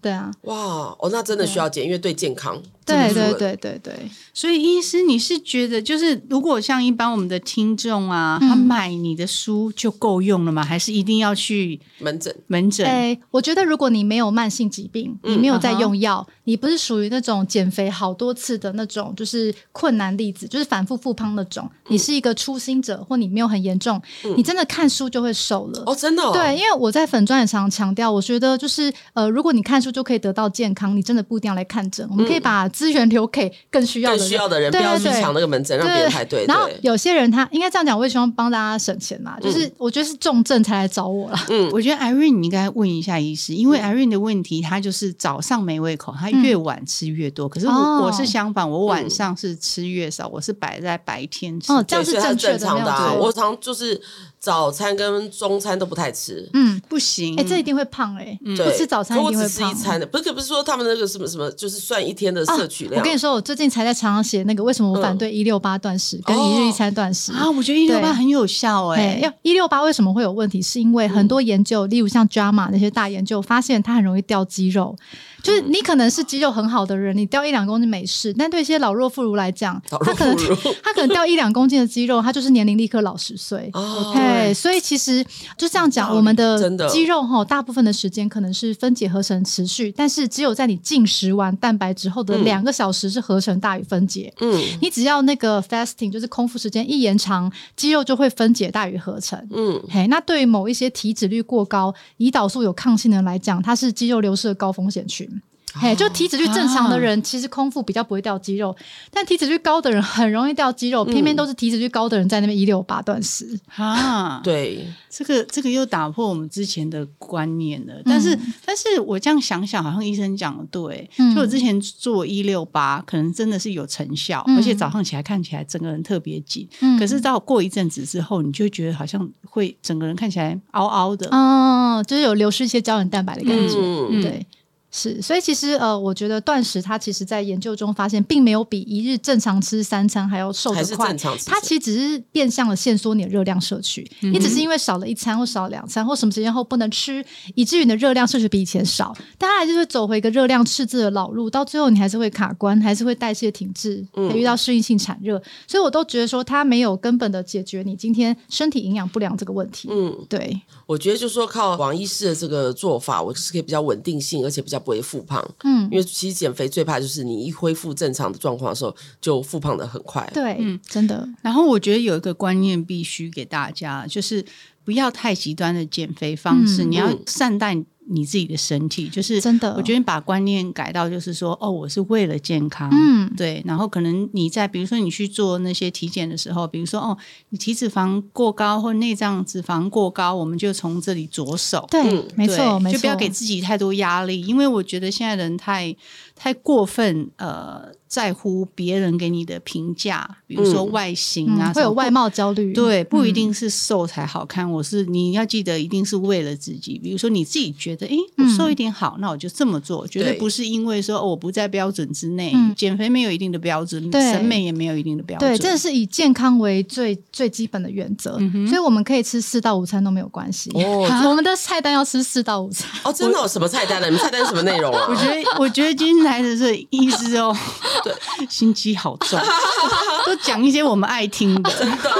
B: 对啊，
A: 哇，哦，那真的需要减，因为对健康。
B: 对
A: 真的
B: 对
A: 是
B: 对对对，
C: 所以，医师，你是觉得就是，如果像一般我们的听众啊，
B: 嗯
C: 他买你的书就够用了吗？还是一定要去
A: 门诊
C: 门诊？
B: 哎，我觉得如果你没有慢性疾病，你
A: 嗯
B: 没有在用药，你不是属于那种减肥好多次的那种，就是困难例子，就是反复复胖那种，
A: 嗯
B: 你是一个初心者，或你没有很严重，你真的看书就会瘦了。
A: 哦，真的哦，
B: 对，因为我在粉专也常常强调，我觉得就是呃，如果你看书就可以得到健康，你真的不一定要来看诊，我们可以把资源留给更需要的
A: 嗯更
B: 人。
A: 需要的人不
B: 对
A: 要去
B: 对
A: 抢那个门诊，让别人排队。
B: 然后
A: 对，嗯
B: 有些人他应该这样讲，我也希望帮大家省钱嘛，就是我觉得是重症才来找我啦。
C: 我觉得 Irene 你应该问一下医师，因为
B: 嗯
C: Irene 的问题，她就是早上没胃口，她越晚吃越多。可是我、
B: 哦
C: 我是相反，我晚上是吃越少，我是摆在白天吃。
B: 哦，这
A: 对
B: 样
A: 所以它
B: 正
A: 是
B: 确
A: 正
B: 的，没
A: 常
B: 有
A: 的啊。
B: 错
A: 我常就是早餐跟中餐都不太吃。
B: 嗯，
C: 不行，
B: 哎、这一定会胖哎、
A: 嗯对
B: 不吃早餐
A: 可
B: 一
A: 我
B: 定
A: 只
B: 会
A: 吃
B: 胖啊
A: 一。餐的，不是不是说他们那个什么什么，就是算一天的摄取量。
B: 啊我跟你说，我最近才在常常写那个为什么我
A: 嗯
B: 反对一六八断食跟一日一餐断食。
A: 哦
C: 啊，我觉得一六八
B: 对
C: 很有效哎、
B: 哎，要一六八为什么会有问题？是因为
A: 嗯
B: 很多研究，例如像 JAMA 那些大研究，发现它很容易掉肌肉。就是
A: 嗯
B: 你可能是肌肉很好的人，你掉一两公斤没事，但对一些老弱妇孺来讲，
A: 老
B: 他
A: 弱
B: 可能
A: 妇孺
B: 他可能掉一两公斤的肌肉，他就是年龄立刻老十岁。
A: 哦，
B: 哎对，所以其实就这样讲，我们
A: 真的
B: 的肌肉哈，大部分的时间可能是分解合成持续，但是只有在你进食完蛋白之后的
A: 嗯
B: 两个小时是合成大于分解。
A: 嗯
B: 你只要那个 fasting 就是空腹时间一延长，肌肉就会分解大于合成。
A: 嗯，
B: 嘿，那对于某一些体脂率过高、胰岛素有抗性的人来讲，它是肌肉流失的高风险群。
A: 啊
B: 嘿，就体脂率正常的人，其实空腹比较不会掉肌肉，但体脂率高的人很容易掉肌
A: 嗯
B: 肉，偏偏都是体脂率高的人在那边一六八断食。
C: 啊，
A: 对，
C: 这个这个又打破我们之前的观念
B: 嗯
C: 了，但是、但是我这样想想，好像医生讲的对，
B: 嗯
C: 就我之前做一六八，可能真的是有成效，
B: 嗯
C: 而且早上起来看起来整个人特别紧，
B: 嗯
C: 可是到过一阵子之后，你就会觉得好像会整个人看起来凹凹的，
B: 嗯，就是有流失一些胶原蛋白的感觉。
A: 嗯
C: 嗯
B: 对，是，所以其实呃，我觉得断食它其实在研究中发现，并没有比一日正常吃三餐还要瘦
A: 还
B: 得
A: 是
B: 快
A: 正。常吃，
B: 它其实只是变相的限缩你的热量摄取，
C: 嗯
B: 你只是因为少了一餐或少两餐或什么时间后不能吃，以至于你的热量摄取比以前少，但它还是会走回一个热量赤字的老路，到最后你还是会卡关，还是会代谢停滞，
A: 嗯
B: 还遇到适应性产热，所以我都觉得说它没有根本的解决你今天身体营养不良这个问题。
A: 嗯。
B: 对，
A: 我觉得就是说靠王医师的这个做法，我就是可以比较稳定性，而且比较不会复胖。
B: 嗯
A: 因，为其实减肥最怕就是你一恢复正常的状况的时候，就复胖的很快。
B: 对，
C: 嗯
B: 真的，
C: 然后我觉得有一个观念必须给大家，就是不要太极端的减肥方式，
B: 嗯
C: 你要
A: 嗯
C: 善待你自己的身体。就是
B: 真的
C: 我觉得你把观念改到就是说，哦，我是为了健康。
B: 嗯
C: 对，然后可能你在比如说你去做那些体检的时候，比如说哦，你体脂肪过高或内脏脂肪过高，我们就从这里着手。
B: 对，
A: 嗯
B: 没
C: 对
B: 错，没错，
C: 就不要给自己太多压力，因为我觉得现在人太太过分呃在乎别人给你的评价，比如说
A: 嗯
C: 外形啊，
B: 嗯会有外
C: 貌。
B: 貌焦虑，
C: 对，不一
B: 嗯
C: 定是瘦才好看，我是你要记得，一定是为了自己。比如说你自己觉得，诶，我
B: 嗯
C: 瘦一点好，那我就这么做，绝对
A: 对
C: 不是因为说、哦、我不在标准之内。
B: 嗯
C: 减肥没有一定的标准，
B: 对
C: 审美也没有一定的标准。
B: 对，这是以健康为最最基本的原则，所以我们可以吃四到五餐都没有关系。
A: 嗯哦
B: 我们的菜单要吃四到五餐，
A: 哦，真的、哦、什么菜单呢？你们菜单是什么内容啊？
C: 我觉得，我觉得今天来的这医师哦，对，心机好重，都讲一些我们爱听的，
A: 真的，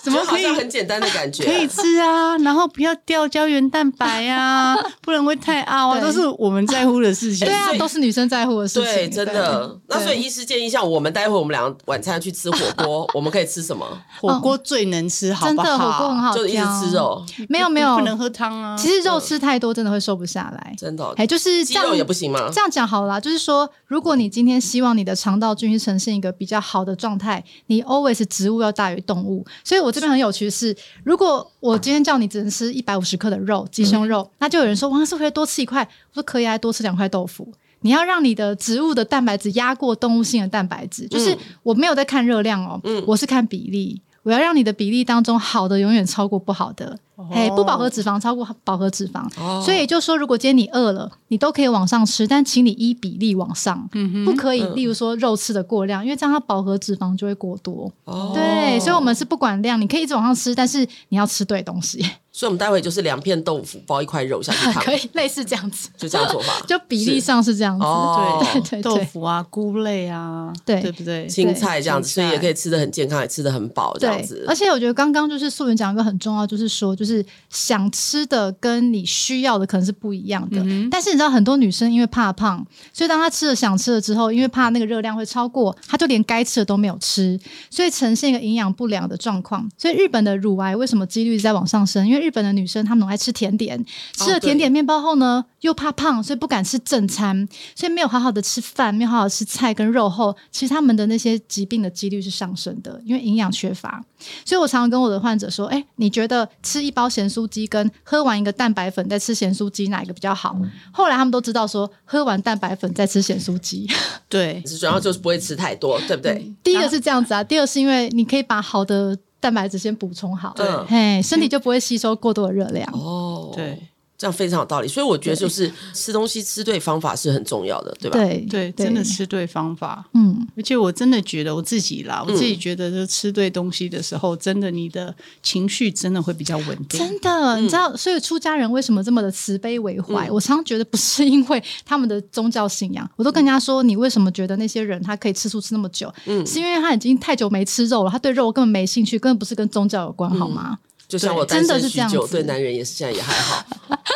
C: 怎么
A: 就好
C: 可以
A: 像很简单的感觉？
C: 可以吃啊，然后不要掉胶原蛋白啊，不然会太凹啊，
B: 对
C: 都是我们在乎的事 情。
B: 对啊
A: 所以，
B: 都是女生在乎的事情。
A: 对，真的。那
B: 对
A: 所以医师建议，像我们待会我们俩晚餐去吃火锅，我们可以吃什么？
C: 火锅最能吃，
B: 哦
C: 好
B: 真
C: 不好？
B: 的火锅很好
A: 就一直
B: 挑
A: 吃，肉， 嗯
B: 没有没有
C: 不，能喝汤啊。
B: 其实肉吃太多真的会瘦不下来。
A: 真的哦。
B: 哎，就是
A: 鸡
B: 这
A: 肉
B: 样
A: 也不行吗？
B: 这样讲好了啦，就是说，如果你今天希望你的肠道菌是呈现一个比较好的状态，你 always 植物要大于动物。所以我这边很有趣是，如果我今天叫你只能吃一百五十克的肉，鸡胸肉，那就有人说王老师我可以多吃一块，我说可以啊，多吃两块豆腐。你要让你的植物的蛋白质压过动物性的蛋白质，就是我没有在看热量哦，我是看比例。我要让你的比例当中好的永远超过不好的，哎、不饱和脂肪超过饱和脂肪，
A: 哦
B: 所以也就是说，如果今天你饿了，你都可以往上吃，但请你依比例往上，不可以，例如说肉吃的过量，因为这样它饱和脂肪就会过多。
A: 哦
B: 对，所以我们是不管量，你可以一直往上吃，但是你要吃对东西，
A: 所以我们待会就是两片豆腐包一块肉下去烫，
B: 可以类似这样子，
A: 就这样做法。
B: 就比例上是这样子。
A: 哦
B: 对 对
C: 豆
B: 对
C: 腐啊、菇类啊，
B: 对
C: 对不对？
A: 青菜这样子，
C: 对
A: 所以也可以吃的很健康，也吃的很饱这样
B: 对
A: 子，。
B: 而且我觉得刚刚就是素媛讲一个很重要，就是说，就是想吃的跟你需要的可能是不一样的。
A: 嗯
B: 但是你知道，很多女生因为怕胖，所以当她吃了想吃的之后，因为怕那个热量会超过，她就连该吃的都没有吃，所以呈现一个营养不良的状况。所以日本的乳癌为什么几率在往上升？因为日本的女生她们很爱吃甜点，吃了
A: 对
B: 甜点面包后呢，又怕胖，所以不敢吃正餐，所以没有好好的吃饭，没有好好吃菜跟肉后，其实他们的那些疾病的几率是上升的，因为营养缺乏。所以我常常跟我的患者说：“哎、你觉得吃一包咸酥鸡跟喝完一个蛋白粉再吃咸酥鸡哪一个比较好？”后来他们都知道说，喝完蛋白粉再吃咸酥鸡，
C: 对
A: 主要就是不会吃太多，对不对？
B: 第一个是这样子啊，第二是因为你可以把好的蛋白质先补充好，
A: 对
B: 嘿，身体就不会吸收过多的热量。
A: 哦，
C: 对，
A: 这样非常有道理。所以我觉得就是吃东西吃对方法是很重要的，对吧？
B: 对
C: 对，真的，吃对方法。
B: 嗯，
C: 而且我真的觉得我自己啦，我自己觉得，就吃对东西的时候，真的你的情绪真的会比较稳定。
B: 真的，你知道，
A: 嗯
B: 所以出家人为什么这么的慈悲为怀？我常常觉得不是因为他们的宗教信仰，我都跟人家说，你为什么觉得那些人他可以吃素吃那么
A: 嗯
B: 久？是因为他已经太久没吃肉了，他对肉根本没兴趣，根本不是跟宗教有关，好吗？
A: 就像我
B: 对
A: 单
B: 真的
A: 身
B: 是这
A: 许
B: 样
A: 久，
B: 子
A: 对男人也是现在也还好。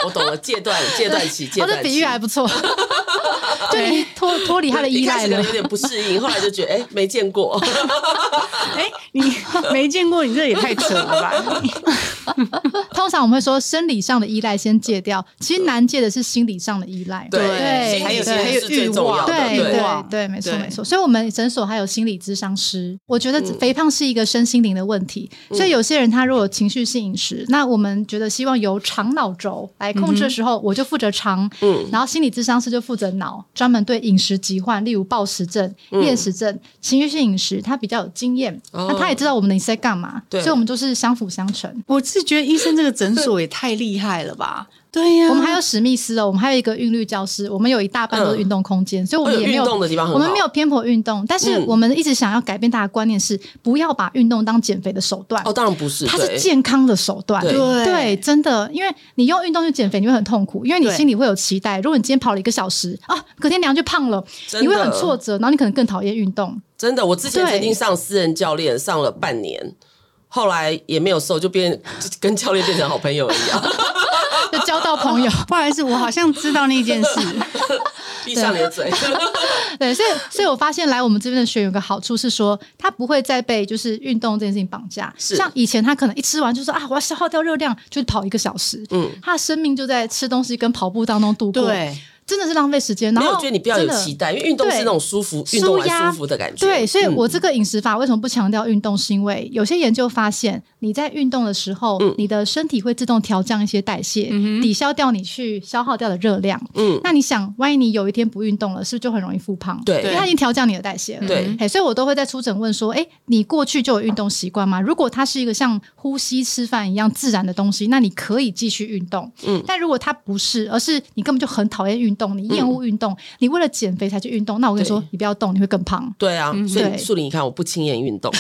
A: 我懂了，戒断戒断期，戒
B: 我的
A: 断
B: 比喻
A: 期。
B: 还不 错，就你脱脱离他的
A: 一
B: 依
A: 开
B: 赖
A: 始可
B: 了
A: 能有。点不适应，后来就觉得哎、没见 过，
C: 哎、你 没见过，你这也太扯了吧？
B: 通常我们会说生理上的依赖先戒掉，其实难戒的是心理上的依赖。
C: 对
A: 心
C: 还
A: 理
C: 有
A: 其实
C: 还有
A: 是
C: 欲
A: 最重要
C: 望
A: 的，
B: 对
C: 对
B: 对对，没错
C: 对
B: 没错。所以，我们诊所还有心理咨商师。我觉得肥胖是一个身心灵的问题，所以有些人他如果有情绪性饮食，那我们觉得希望由肠脑轴来控制的时候，我就负责肠，
A: 嗯
B: 然后心理咨商师就负责脑，专门对饮食疾患，例如暴食症、厌食症、情绪性饮食，他比较有经验，
A: 哦
B: 那他也知道我们的在干嘛，
A: 对
B: 所以我们就是相辅相成。
C: 我是觉得医生这个诊所也太厉害了吧？对呀、
B: 我们还有史密斯哦，我们还有一个韵律教室，我们有一大半都是运动空间，所以我
A: 我
B: 们也
A: 有
B: 没
A: 嗯运
B: 有
A: 动的地方很好，
B: 我们没有偏颇运动，但是
A: 嗯
B: 我们一直想要改变大家的观念是，不要把运动当减肥的手段。
A: 哦，当然不是，
B: 它
A: 对
B: 是健康的手段，
A: 对
B: 对，真的，因为你用运动去减肥，你会很痛苦，因为你
C: 对
B: 心里会有期待。如果你今天跑了一个小时啊，隔天量就胖了，
A: 真
B: 你
A: 的
B: 会很挫折，然后你可能更讨厌运动。
A: 真的，我之前
B: 对
A: 曾经上私人教练上了半年，后来也没有瘦，就变就跟教练变成好朋友一 样，
B: 就交到朋友，
C: 不好意思，我好像知道 那件事。
A: 闭上你的嘴。
B: 对，所以所以我发现来我们这边的学员有个好处是说，他不会再被就是运动这件事情绑架。
A: 是
B: 像以前他可能一吃完就说啊，我要消耗掉热量，就跑一个小时，
A: 嗯
B: 他的生命就在吃东西跟跑步当中度过。
C: 对，
B: 真的是浪费时间。然
A: 没有，
B: 后
A: 我觉得你不要有
B: 真的
A: 期待，因为运动是那种舒服，运动
B: 舒压
A: 完舒服的感觉。
B: 对，所以
A: 嗯
B: 我这个饮食法为什么不强调运动？是因为有些研究发现，你在运动的时候，
A: 嗯
B: 你的身体会自动调降一些代谢，抵消掉你去消耗掉的热量。
A: 嗯
B: 那你想，万一你有一天不运动了，是不是就很容易复胖？
A: 对
B: 因为它已经调降你的代谢了。
A: 对
B: 哎，所以我都会在出诊问说，哎，你过去就有运动习惯吗？如果它是一个像呼吸、吃饭一样自然的东西，那你可以继续运动。嗯，但如果它不是，而是你根本就很讨厌运动，你厌恶运动，你为了减肥才去运动，那我跟你说
A: 嗯对，
B: 你不要动，你会更胖。
A: 对啊，所以
B: 嗯对
A: 树林，你看我不轻言运 动，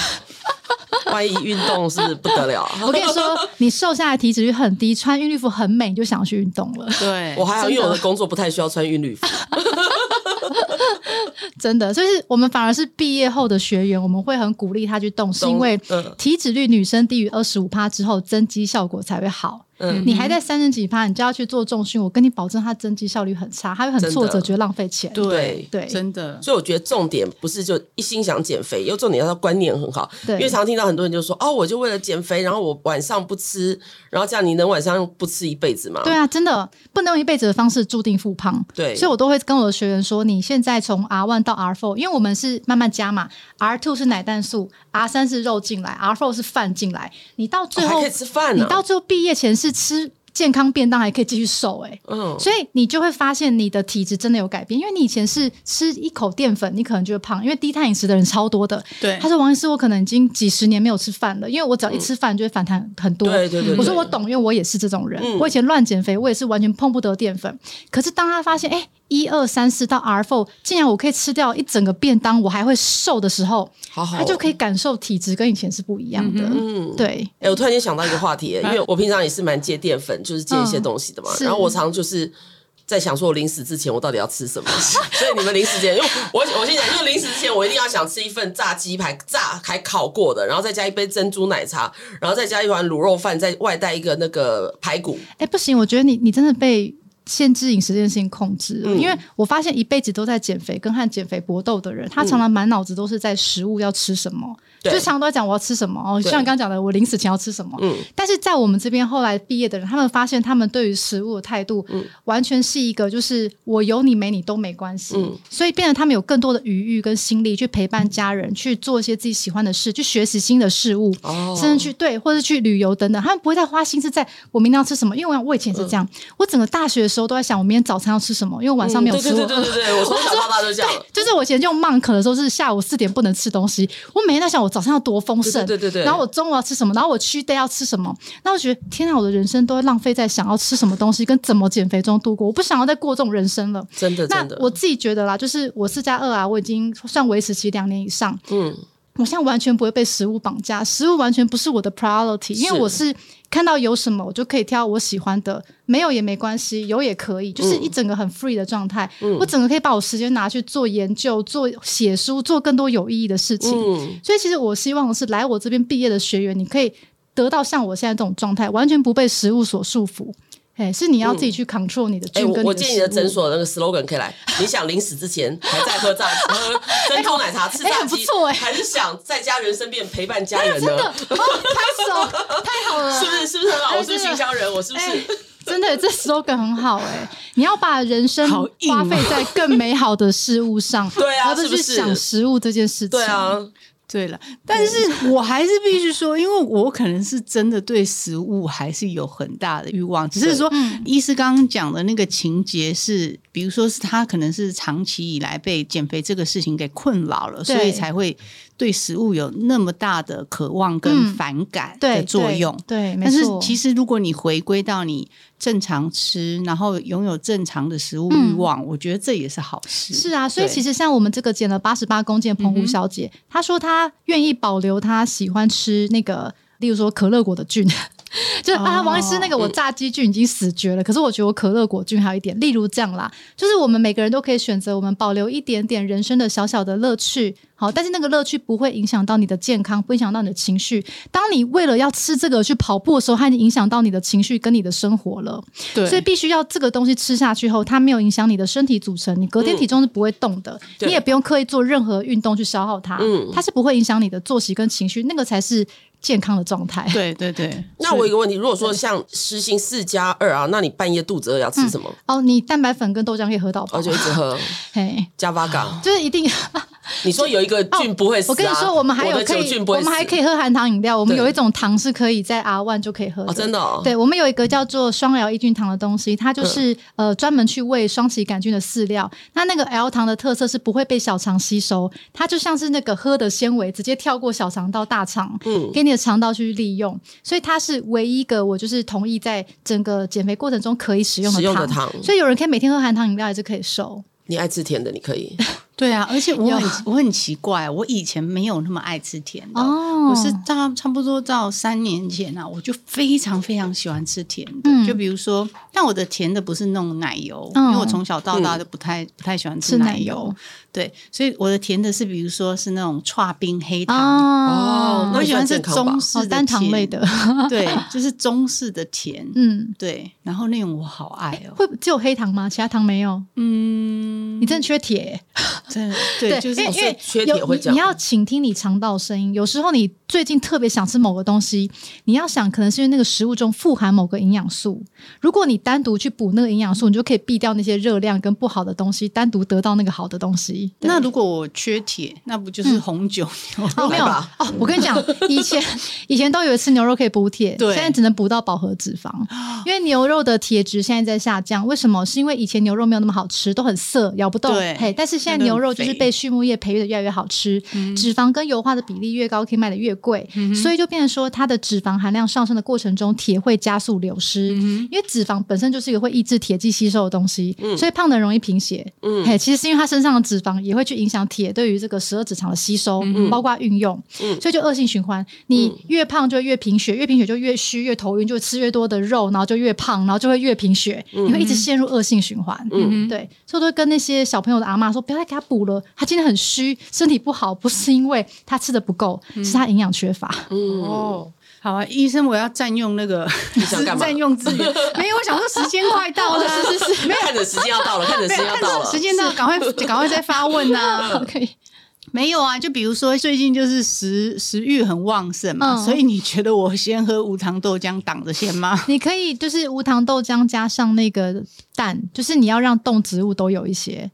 A: 万一运动是不得了。啊
B: 我跟你 说，你瘦下来体脂率很低，穿运动服很美，你就想要去运动了，
C: 对
A: 我还好，
B: 真的
A: 因为我的工作不太需要穿韵律服。
B: 真的。就是我们反而是毕业后的学员，我们会很鼓励他去动，是因为
A: 嗯
B: 体脂率女生低于二十五趴之后，增肌效果才会好。
A: 嗯
B: 你还在三十几趴，你就要去做重训，我跟你保证，他增肌效率很差，他会很挫折，
A: 真的
B: 觉得浪费钱。
A: 对
B: 对
C: 真的，
A: 所以我觉得重点不是就一心想减肥，又重点要他观念很好。
B: 对
A: 因为常听到很多人就说：“哦，我就为了减肥，然后我晚上不吃，然后这样你能晚上不吃一辈子吗？”
B: 对啊，真的不能用一辈子的方式注定复胖。
A: 对
B: 所以我都会跟我的学员说，你现在从 R one 到 R four，因为我们是慢慢加嘛，R two 是奶蛋素，R 三是肉进来，R four 是饭进来，你到最
A: 哦还
B: 后、
A: 可以吃饭
B: 你
A: 呢、
B: 到最后毕业前是吃健康便当，还可以继续瘦、欸，
A: 嗯，
B: 所以你就会发现你的体质真的有改变，因为你以前是吃一口淀粉，你可能就会胖，因为低碳饮食的人超多的。
C: 对
B: 他说王医师，我可能已经几十年没有吃饭了，因为我只要一吃饭就会反弹很多。
A: 对对对对
B: 我说我懂，因为我也是这种人，
A: 嗯
B: 我以前乱减肥，我也是完全碰不得淀粉。可是当他发现，哎，一二三四到 R four，竟然我可以吃掉一整个便当，我还会瘦的时候，
A: 好好哦，
B: 他就可以感受体质跟以前是不一样的。
A: 嗯。
B: 对，
A: 哎、我突然间想到一个话题、因为我平常也是蛮戒淀粉，就是戒一些东西的嘛。
B: 嗯嗯是
A: 然后我常就是在想，说我临死之前我到底要吃什么？ 所以你们临死之前，因为我我先讲，因为临死之前我一定要想吃一份炸鸡排，炸还烤过的，然后再加一杯珍珠奶茶，然后再加一碗卤肉饭，再外带一个那个排骨。
B: 哎，不行，我觉得你你真的被限制饮食这件事情控制
A: 嗯
B: 了，因为我发现一辈子都在减肥跟和减肥搏斗的人，他常常满脑子都是在食物要吃什么，
A: 嗯对
B: 就常常都在讲我要吃什么哦，
A: 对
B: 像你刚刚讲的，我临死前要吃什么。
A: 嗯
B: 但是在我们这边后来毕业的人，他们发现他们对于食物的态度，
A: 嗯
B: 完全是一个就是我有你没你都没关系，
A: 嗯
B: 所以变得他们有更多的余裕跟心力去陪伴家人，去做一些自己喜欢的事，去学习新的事物，
A: 哦
B: 甚至去对，或者去旅游等等，他们不会再花心思在我明天要吃什么，因为我我以前是这
A: 嗯
B: 样，我整个大学的时候都在想我明天早餐要吃什么，因为晚上没有
A: 嗯对
B: 吃
A: 对
B: 过。
A: 对对对对，我从小到大就 这样。
B: 就是我以前用 monk 的时候是下午四点不能吃东西，我每天在想我早上要多丰盛，
A: 对对对对对
B: 然后我中午要吃什么，然后我区 day 要吃什么，那我觉得天啊，我的人生都会浪费在想要吃什么东西跟怎么减肥中度过，我不想要再过这种人生了。
A: 真的
B: 那
A: 真的，
B: 我自己觉得啦，就是我四加二啊，我已经算维持期两年以上，
A: 嗯，
B: 我现在完全不会被食物绑架，食物完全不是我的 priority，因为我是看到有什么我就可以挑我喜欢的，没有也没关系，有也可以，
A: 嗯
B: 就是一整个很 free 的状态。我整个可以把我时间拿去做研究、做写书、做更多有意义的事情。
A: 嗯
B: 所以其实我希望的是来我这边毕业的学员，你可以得到像我现在这种状态，完全不被食物所束缚。哎，是你要自己去 control 你的
A: 嗯哎、
B: 菌
A: 我
B: 跟
A: 我
B: 的
A: 建议
B: 食
A: 你的诊
B: 物
A: 所那个 slogan 可 以来，你想临死之前还在喝榨喝珍珠奶茶吃
B: 哎
A: 炸
B: 很不
A: 鸡，
B: 错哎
A: 还是想在家人身边陪伴家人呢？
B: 哦，拍手，太好了，
A: 是不是？是不是很好？
B: 哎
A: 我是不
B: 真
A: 是
B: 的哎
A: 行销人？我是不是？
B: 真的，这 slogan 很好哎、你要把人生
C: 好硬哦
B: 花费在更美好的事物上，
A: 对啊
B: 而不
A: 是不是
B: 去想食物这件事情。
A: 对，啊，
C: 对了，但是我还是必须说，因为我可能是真的对食物还是有很大的欲望，只是说
B: 嗯
C: 医师刚刚讲的那个情节是，比如说是他可能是长期以来被减肥这个事情给困扰了，
B: 对
C: 所以才会对食物有那么大的渴望跟
B: 嗯
C: 反感
B: 对
C: 的作用。
B: 对，对没
C: 但是
B: 错。
C: 其
B: 实
C: 实，如果你回归到你正常吃，然后拥有正常的食物欲望，我觉得这也是好事。
B: 嗯是啊，所以
C: 对嗯
B: 其实像我们这个减了八十八公斤的澎湖小姐，她说她愿意保留她喜欢吃那个，例如说可乐果的菌。 就是啊，
C: 哦
B: 王医师那个我炸鸡菌已经死绝了，可是我觉得我可乐果菌还有一点，例如这样啦，就是我们每个人都可以选择，我们保留一点点人生的小小的乐趣，好，但是那个乐趣不会影响到你的健康，不影响到你的情绪。当你为了要吃这个去跑步的时候，它已经影响到你的情绪跟你的生活了。
C: 对
B: 所以必须要这个东西吃下去后，它没有影响你的身体组成，你隔天体重是不会动的，
A: 对
B: 你也不用刻意做任何运动去消耗它，
A: 嗯
B: 它是不会影响你的作息跟情绪，那个才是健康的状态。
C: 对对对，
A: 那我有一个问题，如果说像实行四加二啊，那你半夜肚子饿要吃什么？
B: 哦，你蛋白粉跟豆浆可以喝到饱
A: 哦我，就一直
B: 哦
A: 喝
B: 嘿，
A: 加 v a g a
B: 就是一定。
A: 你说有一个菌不会死、
B: 哦
A: 啊
B: 我跟你说，我们还有
A: 的
B: 可
A: 酒
B: 以，
A: 菌不
B: 我
A: 会死，
B: 们还可以喝含糖饮料，我们
A: 对
B: 有一种糖是可以在 R one 就可以喝
A: 哦，真的、哦，
B: 对，我们有一个叫做双 L 抑菌糖的东西，它就是、呃专门去喂双歧杆菌的饲料。那那个 L 糖的特色是不会被小肠吸收，它就像是那个喝的纤维，直接跳过小肠到大肠，
A: 嗯
B: 给你的肠道去利用。所以它是唯一一个我就是同意在整个减肥过程中可以使用的
A: 食
B: 糖。
A: 用的糖
B: 所以有人可以每天喝含糖饮料还是可以瘦。
A: 你爱吃甜的，你可以。
C: 对啊，而且我
B: 有
C: 很我很奇怪，我以前没有那么爱吃甜的，
B: 哦
C: 我是到差不多到三年前啊，我就非常非常喜欢吃甜的，
B: 嗯
C: 就比如说，但我的甜的不是那种奶油，
B: 嗯
C: 因为我从小到大都不太、不太喜欢吃
B: 吃
C: 奶
B: 奶油
C: 对，所以我的甜的是比如说是那种刨冰黑糖，
B: 哦
A: 那
C: 我
A: 也
C: 喜欢吃中式
B: 哦
C: 的
B: 单糖
C: 甜
B: 类，的，
C: 对，就是中式的甜，
B: 嗯，
C: 对，然后那种我好爱 哦，
B: 会只有黑糖吗？其他糖没有？
C: 嗯，
B: 你真的缺铁欸、
C: 真的对，就是
B: 因为因为
A: 哦缺铁
B: 有
A: 会
B: 你
A: 这样
B: 你要倾听你肠道的声音。有时候你最近特别想吃某个东西，你要想，可能是因为那个食物中富含某个营养素。如果你单独去补那个营养素，你就可以避掉那些热量跟不好的东西，单独得到那个好的东西。
C: 那如果我缺铁，那不就是红酒 牛肉
B: 嗯哦，没有
A: 来
B: 哦，我跟你 讲，以前以前都以为吃牛肉可以补铁，
C: 对
B: 现在只能补到饱和脂 肪，因为牛肉的铁质现在在下降。为什么？是因为以前牛肉没有那么好吃，都很涩，咬不动。
C: 对
B: 嘿，但是现在
C: 那都
B: 牛
C: 很
B: 肉就是
C: 肥
B: 被畜牧业培育的越来越好吃，脂肪跟油化的比例越高，可以卖的越贵，所以就变成说它的脂肪含量上升的过程中，铁会加速流失，因为脂肪本身就是一个会抑制铁剂吸收的东西，所以胖的容易贫血。嗯，嘿，其实是因为它身上的脂肪也会去影响铁对于这个十二指肠的吸收，包括运用，所以就恶性循环。你越胖就会越贫血，越贫血就越虚，越头晕，就吃越多的肉，然后就越胖，然后就会越贫血，你会一直陷入恶性循环。嗯，对，所以我都会跟那些小朋友的阿妈说，不要再给他补了，他今天很虚，身体不好，不是因为他吃的不够，是他营养缺乏。
C: 哦。好啊，医生，我要占用那个
A: 想干嘛哦
C: 占 用资源，没有，我想说时间快到了，是是 是，没有，
A: 看着时间要到了，看着时
C: 没
A: 间要
C: 有看
A: 到
C: 到
A: 了
C: 时。间到，赶快赶快再发问呐、 啊。
B: 可以。
C: 没有啊，就比如说最近就是食食欲很旺盛嘛，
B: 嗯
C: 所以你觉得我先喝无糖豆浆挡着先 吗？
B: 你可以就是无糖豆浆加上那个蛋，就是你要让动植物都有一些。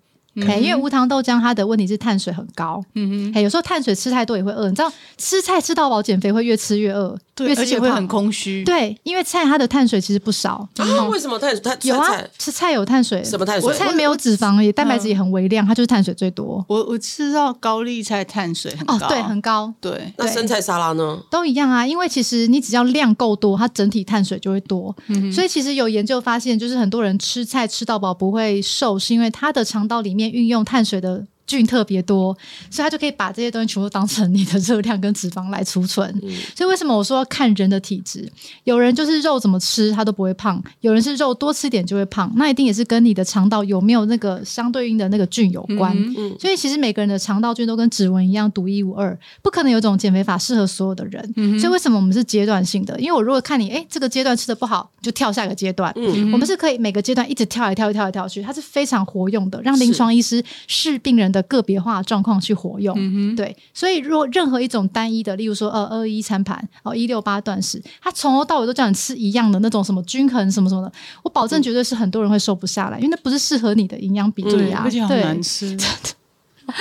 B: 哎，因为无糖豆浆它的问题是碳水很高，嗯哼，有时候碳水吃太多也会饿，你知道吃菜吃到饱减肥会越吃越饿，
C: 对，
B: 越
C: 而
B: 吃
C: 且
B: 越
C: 会很
B: 胖，
C: 空虚。，
B: 对，因为菜它的碳水其实不少，
A: 啊，为什么碳它
B: 嗯有啊
A: 菜，
B: 吃菜有碳水，
A: 什么碳水
B: 我菜没有脂肪，也蛋白质也很微量，它就是碳水最多，
C: 我我吃到高丽菜碳水很高，
B: 哦，对，很高，
C: 对，
A: 那
B: 对
A: 生菜沙拉呢？
B: 都一样啊，因为其实你只要量够多，它整体碳水就会多。所以其实有研究发现，就是很多人吃菜吃到饱不会瘦，是因为他的肠道里面运用碳水的菌特别多，所以它就可以把这些东西全部当成你的热量跟脂肪来储存。所以为什么我说要看人的体质？有人就是肉怎么吃他都不会胖，有人是肉多吃点就会胖，那一定也是跟你的肠道有没有那个相对应的那个菌有关。所以其实每个人的肠道菌都跟指纹一样独一无二，不可能有种减肥法适合所有的人。
C: 嗯
B: 所以为什么我们是阶段性的？因为我如果看你，哎，这个阶段吃的不好，就跳下一个阶段。
C: 嗯
B: 我们是可以每个阶段一直跳来跳去、跳来跳去，它是非常活用的，让临床医师视病人的个别化状况去活用。
C: 嗯
B: 对，所以如果任何一种单一的，例如说呃二二一餐盘，哦一六八断食，它从头到尾都叫你吃一样的那种什么均衡什么什么的，我保
C: 嗯
B: 证绝对是很多人会瘦不下来，因为那不是适合你的营养比例啊。
C: 而且好难
B: 对，
C: 吃，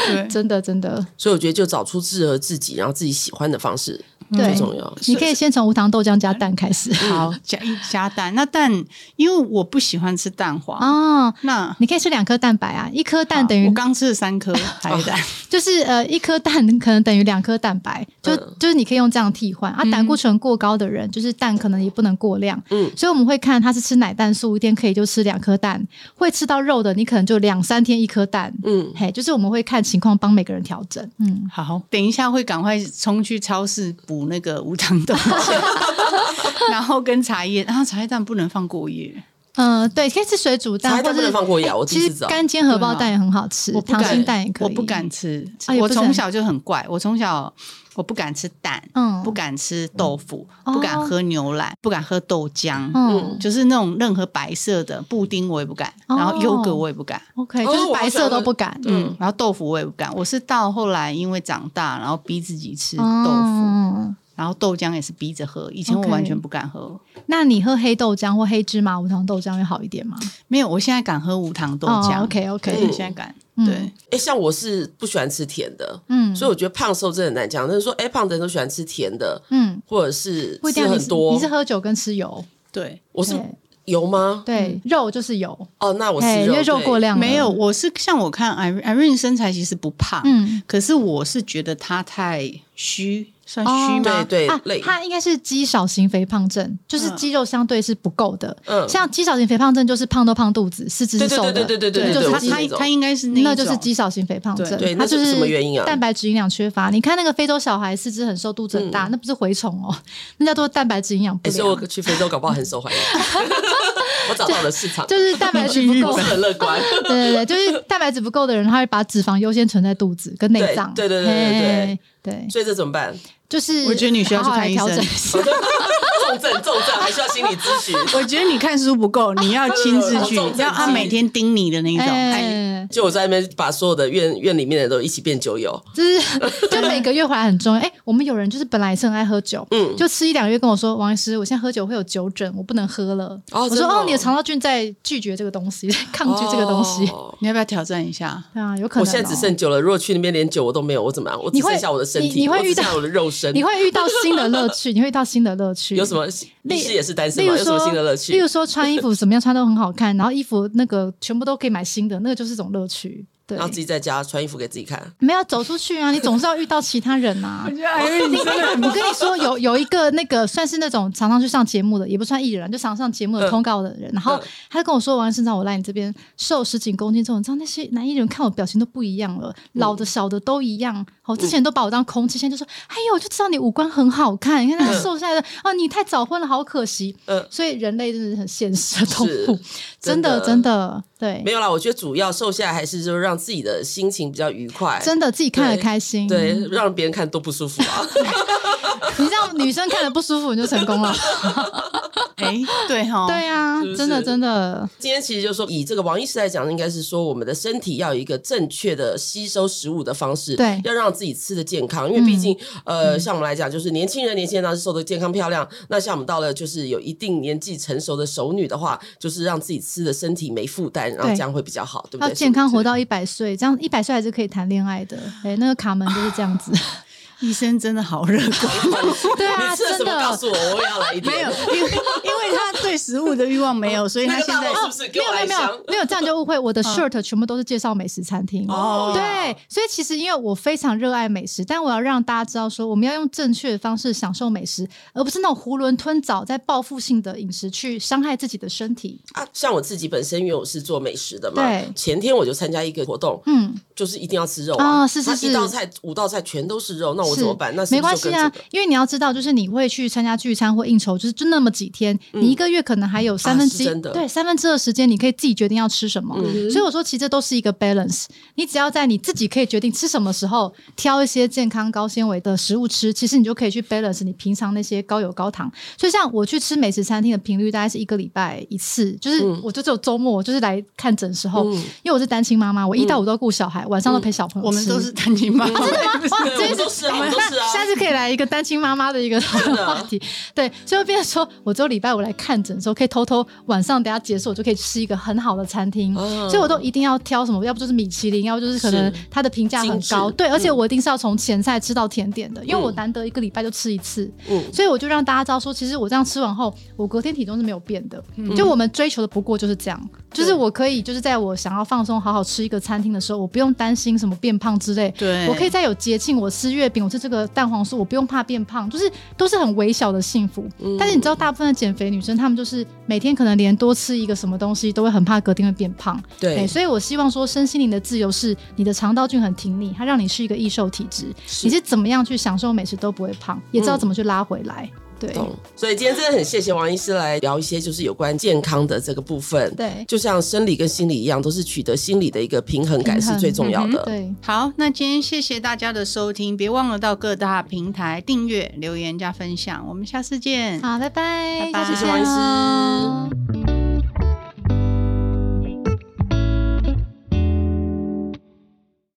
C: 对，
B: 真的真的，
A: 所以我觉得就找出适合自己，然后自己喜欢的方式最
C: 嗯
B: 对，
A: 重要。
B: 你可以先从无糖豆浆加蛋开始
C: 好 加一加蛋。那蛋，因为我不喜欢吃蛋黄，
B: 哦。
C: 那
B: 你可以吃两颗蛋白啊，一颗蛋等于哦
C: 我刚吃了三颗海带蛋，
B: 就是呃，一颗蛋可能等于两颗蛋白，就、
A: 嗯
B: 就是你可以用这样替换
C: 嗯
B: 啊。胆固醇过高的人，就是蛋可能也不能过量，
A: 嗯
B: 嗯，所以我们会看他是吃奶蛋素，一天可以就吃两颗蛋，会吃到肉的，你可能就两三天一颗蛋，
A: 嗯，
B: 嘿，就是我们会看情况帮每个人调整，嗯，
C: 好，等一下会赶快冲去超市补那个无糖 豆浆，然后跟茶叶，然后茶叶蛋不能放过夜，
B: 呃，对，可以吃水煮蛋，
A: 茶
B: 或
A: 叶蛋不能
B: 者
A: 放过夜我第一
B: 哎其
A: 次知
B: 实
A: 道
B: 干煎荷包蛋也很好吃
C: 我，不
B: 溏心
C: 敢
B: 蛋也可以，
C: 我不敢吃，
B: 啊也
C: 我
B: 不是
C: 从小就很怪，我从小我不敢吃蛋，
B: 嗯
C: 不敢吃豆腐，
B: 哦
C: 不敢喝牛奶，不敢喝豆浆，
B: 嗯
C: 就是那种任何白色的布丁我也不敢，
B: 哦
C: 然后优格我也不敢。
B: ，OK，就
A: 哦
B: 是
A: 我好
B: 白
A: 想
B: 色都
A: 问
B: 不敢，
A: 对
C: 嗯，然后豆腐我也不敢，我是到后来因为长大，然后逼自己吃豆腐，
B: 哦
C: 然后豆浆也是逼着喝。以前我
B: OK
C: 完全不敢喝，
B: 那你喝黑豆浆或黑芝麻无糖豆浆会好一点吗？
C: 没有，我现在敢喝无糖豆浆。
B: 哦 OK
C: 对
B: OK，
C: 现在敢。
B: 嗯
C: 对，
A: 哎、像我是不喜欢吃甜的，
B: 嗯
A: 所以我觉得胖瘦真的很难讲。就是说，哎、胖的人都喜欢吃甜的，
B: 嗯，
A: 或者是
B: 不一定
A: 吃
B: 要你
A: 很
B: 是
A: 多。
B: 你是喝酒跟吃油，
C: 对，
A: 我是
B: 对
A: 油吗？
B: 对，肉就是油，
A: 哦，那我
B: 哎
A: 是
B: 因
A: 肉，
B: 为肉
A: 对
B: 过。量了
C: 没有，，我是像我看 Irene Irene 身材其实不胖，
B: 嗯。
C: 可是我是觉得她太虚，算虚吗？
A: 对对
B: 啊，
A: 累，
B: 它应该是肌少型肥胖症，就是肌肉相对是不够的。
A: 嗯
B: 像肌少型肥胖症就是胖都胖肚子，四肢是瘦的。
A: 对对对对对对
B: 就
A: 对
B: 是
A: 我
C: 她
A: 记得
B: 肌
A: 那种
C: 她她应该是那一
B: 那就是
C: 种
B: 肌少型肥胖症
C: 对，
A: 对
B: 它
A: 那
B: 就是
A: 什么原因啊
B: 蛋白质营养缺乏。你看那个非洲小孩四肢很瘦，肚子很大，那不是蛔虫哦，那叫做蛋白质营养不
A: 嗯哎、所以
B: 良，
A: 我去非洲搞不好很 受欢迎。我找到了市场，
B: 就是蛋白质不
A: 我
B: 够
A: 是。很乐观。
B: 对对对，就是蛋白质不够的人，他会把脂肪优先存在肚子跟内脏。
A: 对对对对对
B: 对对，
A: 所以这怎么办？
B: 就是
C: 我觉得你需要去
B: 好好来
C: 看医生
B: 调整一下。
A: 重症重症还需要心理咨询。
C: 我觉得你看书不 够，你要亲自去，
A: 我重症
C: 要他每天盯你的那一种。哎，
B: 哎，
A: 就我在那边把所有的院院里面的人都一起变酒友，
B: 就是就每个月回来很重要。哎，我们有人就是本来是很爱喝酒，
A: 嗯
B: 就吃一两个月跟我说，王医师，我现在喝酒会有酒疹，我不能喝了。
A: 哦
B: 我
A: 真
B: 说
A: 的哦
B: 哦，你的肠道菌在拒绝这个东西，在抗拒这个东西。
A: 哦
C: 你要不要挑战一下？
B: 对啊，有可能哦。
A: 我现在只剩酒了，如果去那边连酒我都没有，我怎么样？我只
B: 你会
A: 剩下我的身体，
B: 你你会
A: 我只
B: 遇到
A: 剩下我的肉身。
B: 你会遇到新的乐趣，你会遇到新的乐趣。
A: 有什么？
B: 例
A: 你是也是单身
B: 嗯例
A: 吗？
B: 如
A: 有什么
B: 说，
A: 新的乐
B: 例
A: 趣
B: 如？说穿衣服怎么样穿都很好看，然后衣服那个全部都可以买新的，那个就是一种乐趣。对
A: 然，后自己在家穿衣服给自己看，
B: 没有走出去啊，你总是要遇到其他人啊。
C: 觉得 Irene 你真的很
B: 我跟你说，有有一个那个算是那种常常去上节目的，也不算艺人啊，就常上节目的
A: 嗯
B: 通告的人，然后
A: 嗯
B: 他就跟我说，王医生让我来你这边瘦十几公斤之后，你知道那些男艺人看我表情都不一样了，老的小的都一样。哦，之前都把我当空气，现在就说，哎呦，我就知道你五官很好看，你看他瘦下来的，哦，你太早婚了，好可惜。
A: 嗯
B: 所以人类真的是很现实的动
A: 是
B: 物，真的真
A: 真
B: 的对
A: 没，有啦。我觉得主要瘦下来还是就让自己的心情比较愉快，
B: 真的自己看了
A: 对
B: 开心。
A: 对，让别人看多不舒服啊。
B: 你让女生看了不舒服，你就成功 了。
C: 哎，对哈，
B: 对啊
A: 哦是不，是
B: 真的真的，
A: 今天其实就说，以这个王医师来讲，应该是说我们的身体要有一个正确的吸收食物的方式，
B: 对嗯
A: 要让自己吃的健康，因为毕竟、呃，像我们来讲，就是年轻人，年轻人当然是瘦的健康漂亮，那像我们到了就是有一定年纪成熟的熟女的话，就是让自己吃的身体没负担，然后
B: 对
A: 这样会比较好，对不
B: 要
A: 对？
B: 健康活
A: 动，
B: 到一百岁，这样一百岁还是可以谈恋爱的。哎，那个卡门就是这样子。
C: 医生真的好乐观。
B: 对啊，
A: 你吃了
B: 真
A: 什么？告
B: 啊的。
A: 诉我，我也要来一点。
C: 没有，因为因为以他对食物的欲望没有，所以他
A: 那个
C: 现
A: 大
C: 在
A: 包 是不是
B: 没
A: 给
B: 有
A: 我
B: 没
A: 来
B: 有
A: 一
B: 没
A: 箱嗯
B: 有？没有，这样就误会。我的 shirt 全部都是介绍美食餐厅。
C: 哦
B: 对，所以其实因为我非常热爱美食，但我要让大家知道说，我们要用正确的方式享受美食，而不是那种囫囵吞枣、在报复性的饮食去伤害自己的身体。
A: 啊，像我自己本身，因为我是做美食的嘛，
B: 对
A: 前天我就参加一个活动，
B: 嗯，
A: 就是一定要吃肉
B: 啊是是
A: 它
B: 是
A: 一道菜五道菜全都是肉，那我
B: 是
A: 怎么办？那是
B: 没
A: 不
B: 关
A: 是就
B: 系
A: 跟
B: 啊
A: 这个，
B: 因为你要知道，就是你会去参加聚餐或应酬，就是就那么几天，你一个月可能还有三分之
A: 嗯啊是
B: 一，
A: 真的嗯
B: 对三分之二的时间，你可以自己决定要吃什么。所以我说，其实这都是一个 balance。你只要在你自己可以决定吃什么时候，挑一些健康高纤维的食物吃，其实你就可以去 balance 你平常那些高油高糖。所以像我去吃美食餐厅的频率大概是一个礼拜一次，就是
A: 嗯
B: 我就只有周末，我就是来看诊时候，因为我是单亲妈妈，我一
A: 嗯
B: 到五都顾小孩，晚上都陪小朋友吃。
C: 我们都是单亲妈妈，
B: 哇，
A: 对
B: 这
A: 我们都是啊我们都是啊
B: 那下次可以来一个单亲妈妈的一个
A: 的
B: 话题。对，所以变成说，我只有礼拜五来看诊的时候，可以偷偷晚上等下结束，我就可以吃一个很好的餐厅。
A: 嗯
B: 所以我都一定要挑什么，要不就是米其林，要不就是可能
A: 是
B: 它的评价很
A: 精
B: 高。
A: 致嗯
B: 对，而且我一定是要从前菜吃到甜点的，因为我难得一个礼拜就吃一次，所以我就让大家知道说，其实我这样吃完后，我隔天体重是没有变的。就我们追求的不过就是这样，就是我可以就是在我想要放松、好好吃一个餐厅的时候，我不用担心什么变胖之类。
C: 对
B: 我可以在有节庆，我吃月饼，我吃这个蛋黄酥，我不用怕变胖，就是都是很微小的幸福。但是你知道，大部分的减肥女生，她们就是每天可能连多吃一个什么东西，都会很怕隔天会变胖。
A: 对
B: 所以我希望说，身心灵的自由是你的肠道菌很挺你，它让你是一个易瘦体质，你是怎么样去享受美食都不会胖，也知道怎么去拉回来。对，
A: 懂。所以今天真的很谢谢王医师来聊一些就是有关健康的这个部分。
B: 对
A: 就像生理跟心理一样，都是取得心理的一个平衡感
B: 平
A: 是
B: 衡嗯
A: 最重要的。
B: 对，
C: 好，那今天谢谢大家的收听，别忘了到各大平台订阅、留言加分享，我们下次见。
B: 好，拜拜，
C: 拜拜
B: 下次
C: 谢谢王
B: 见哦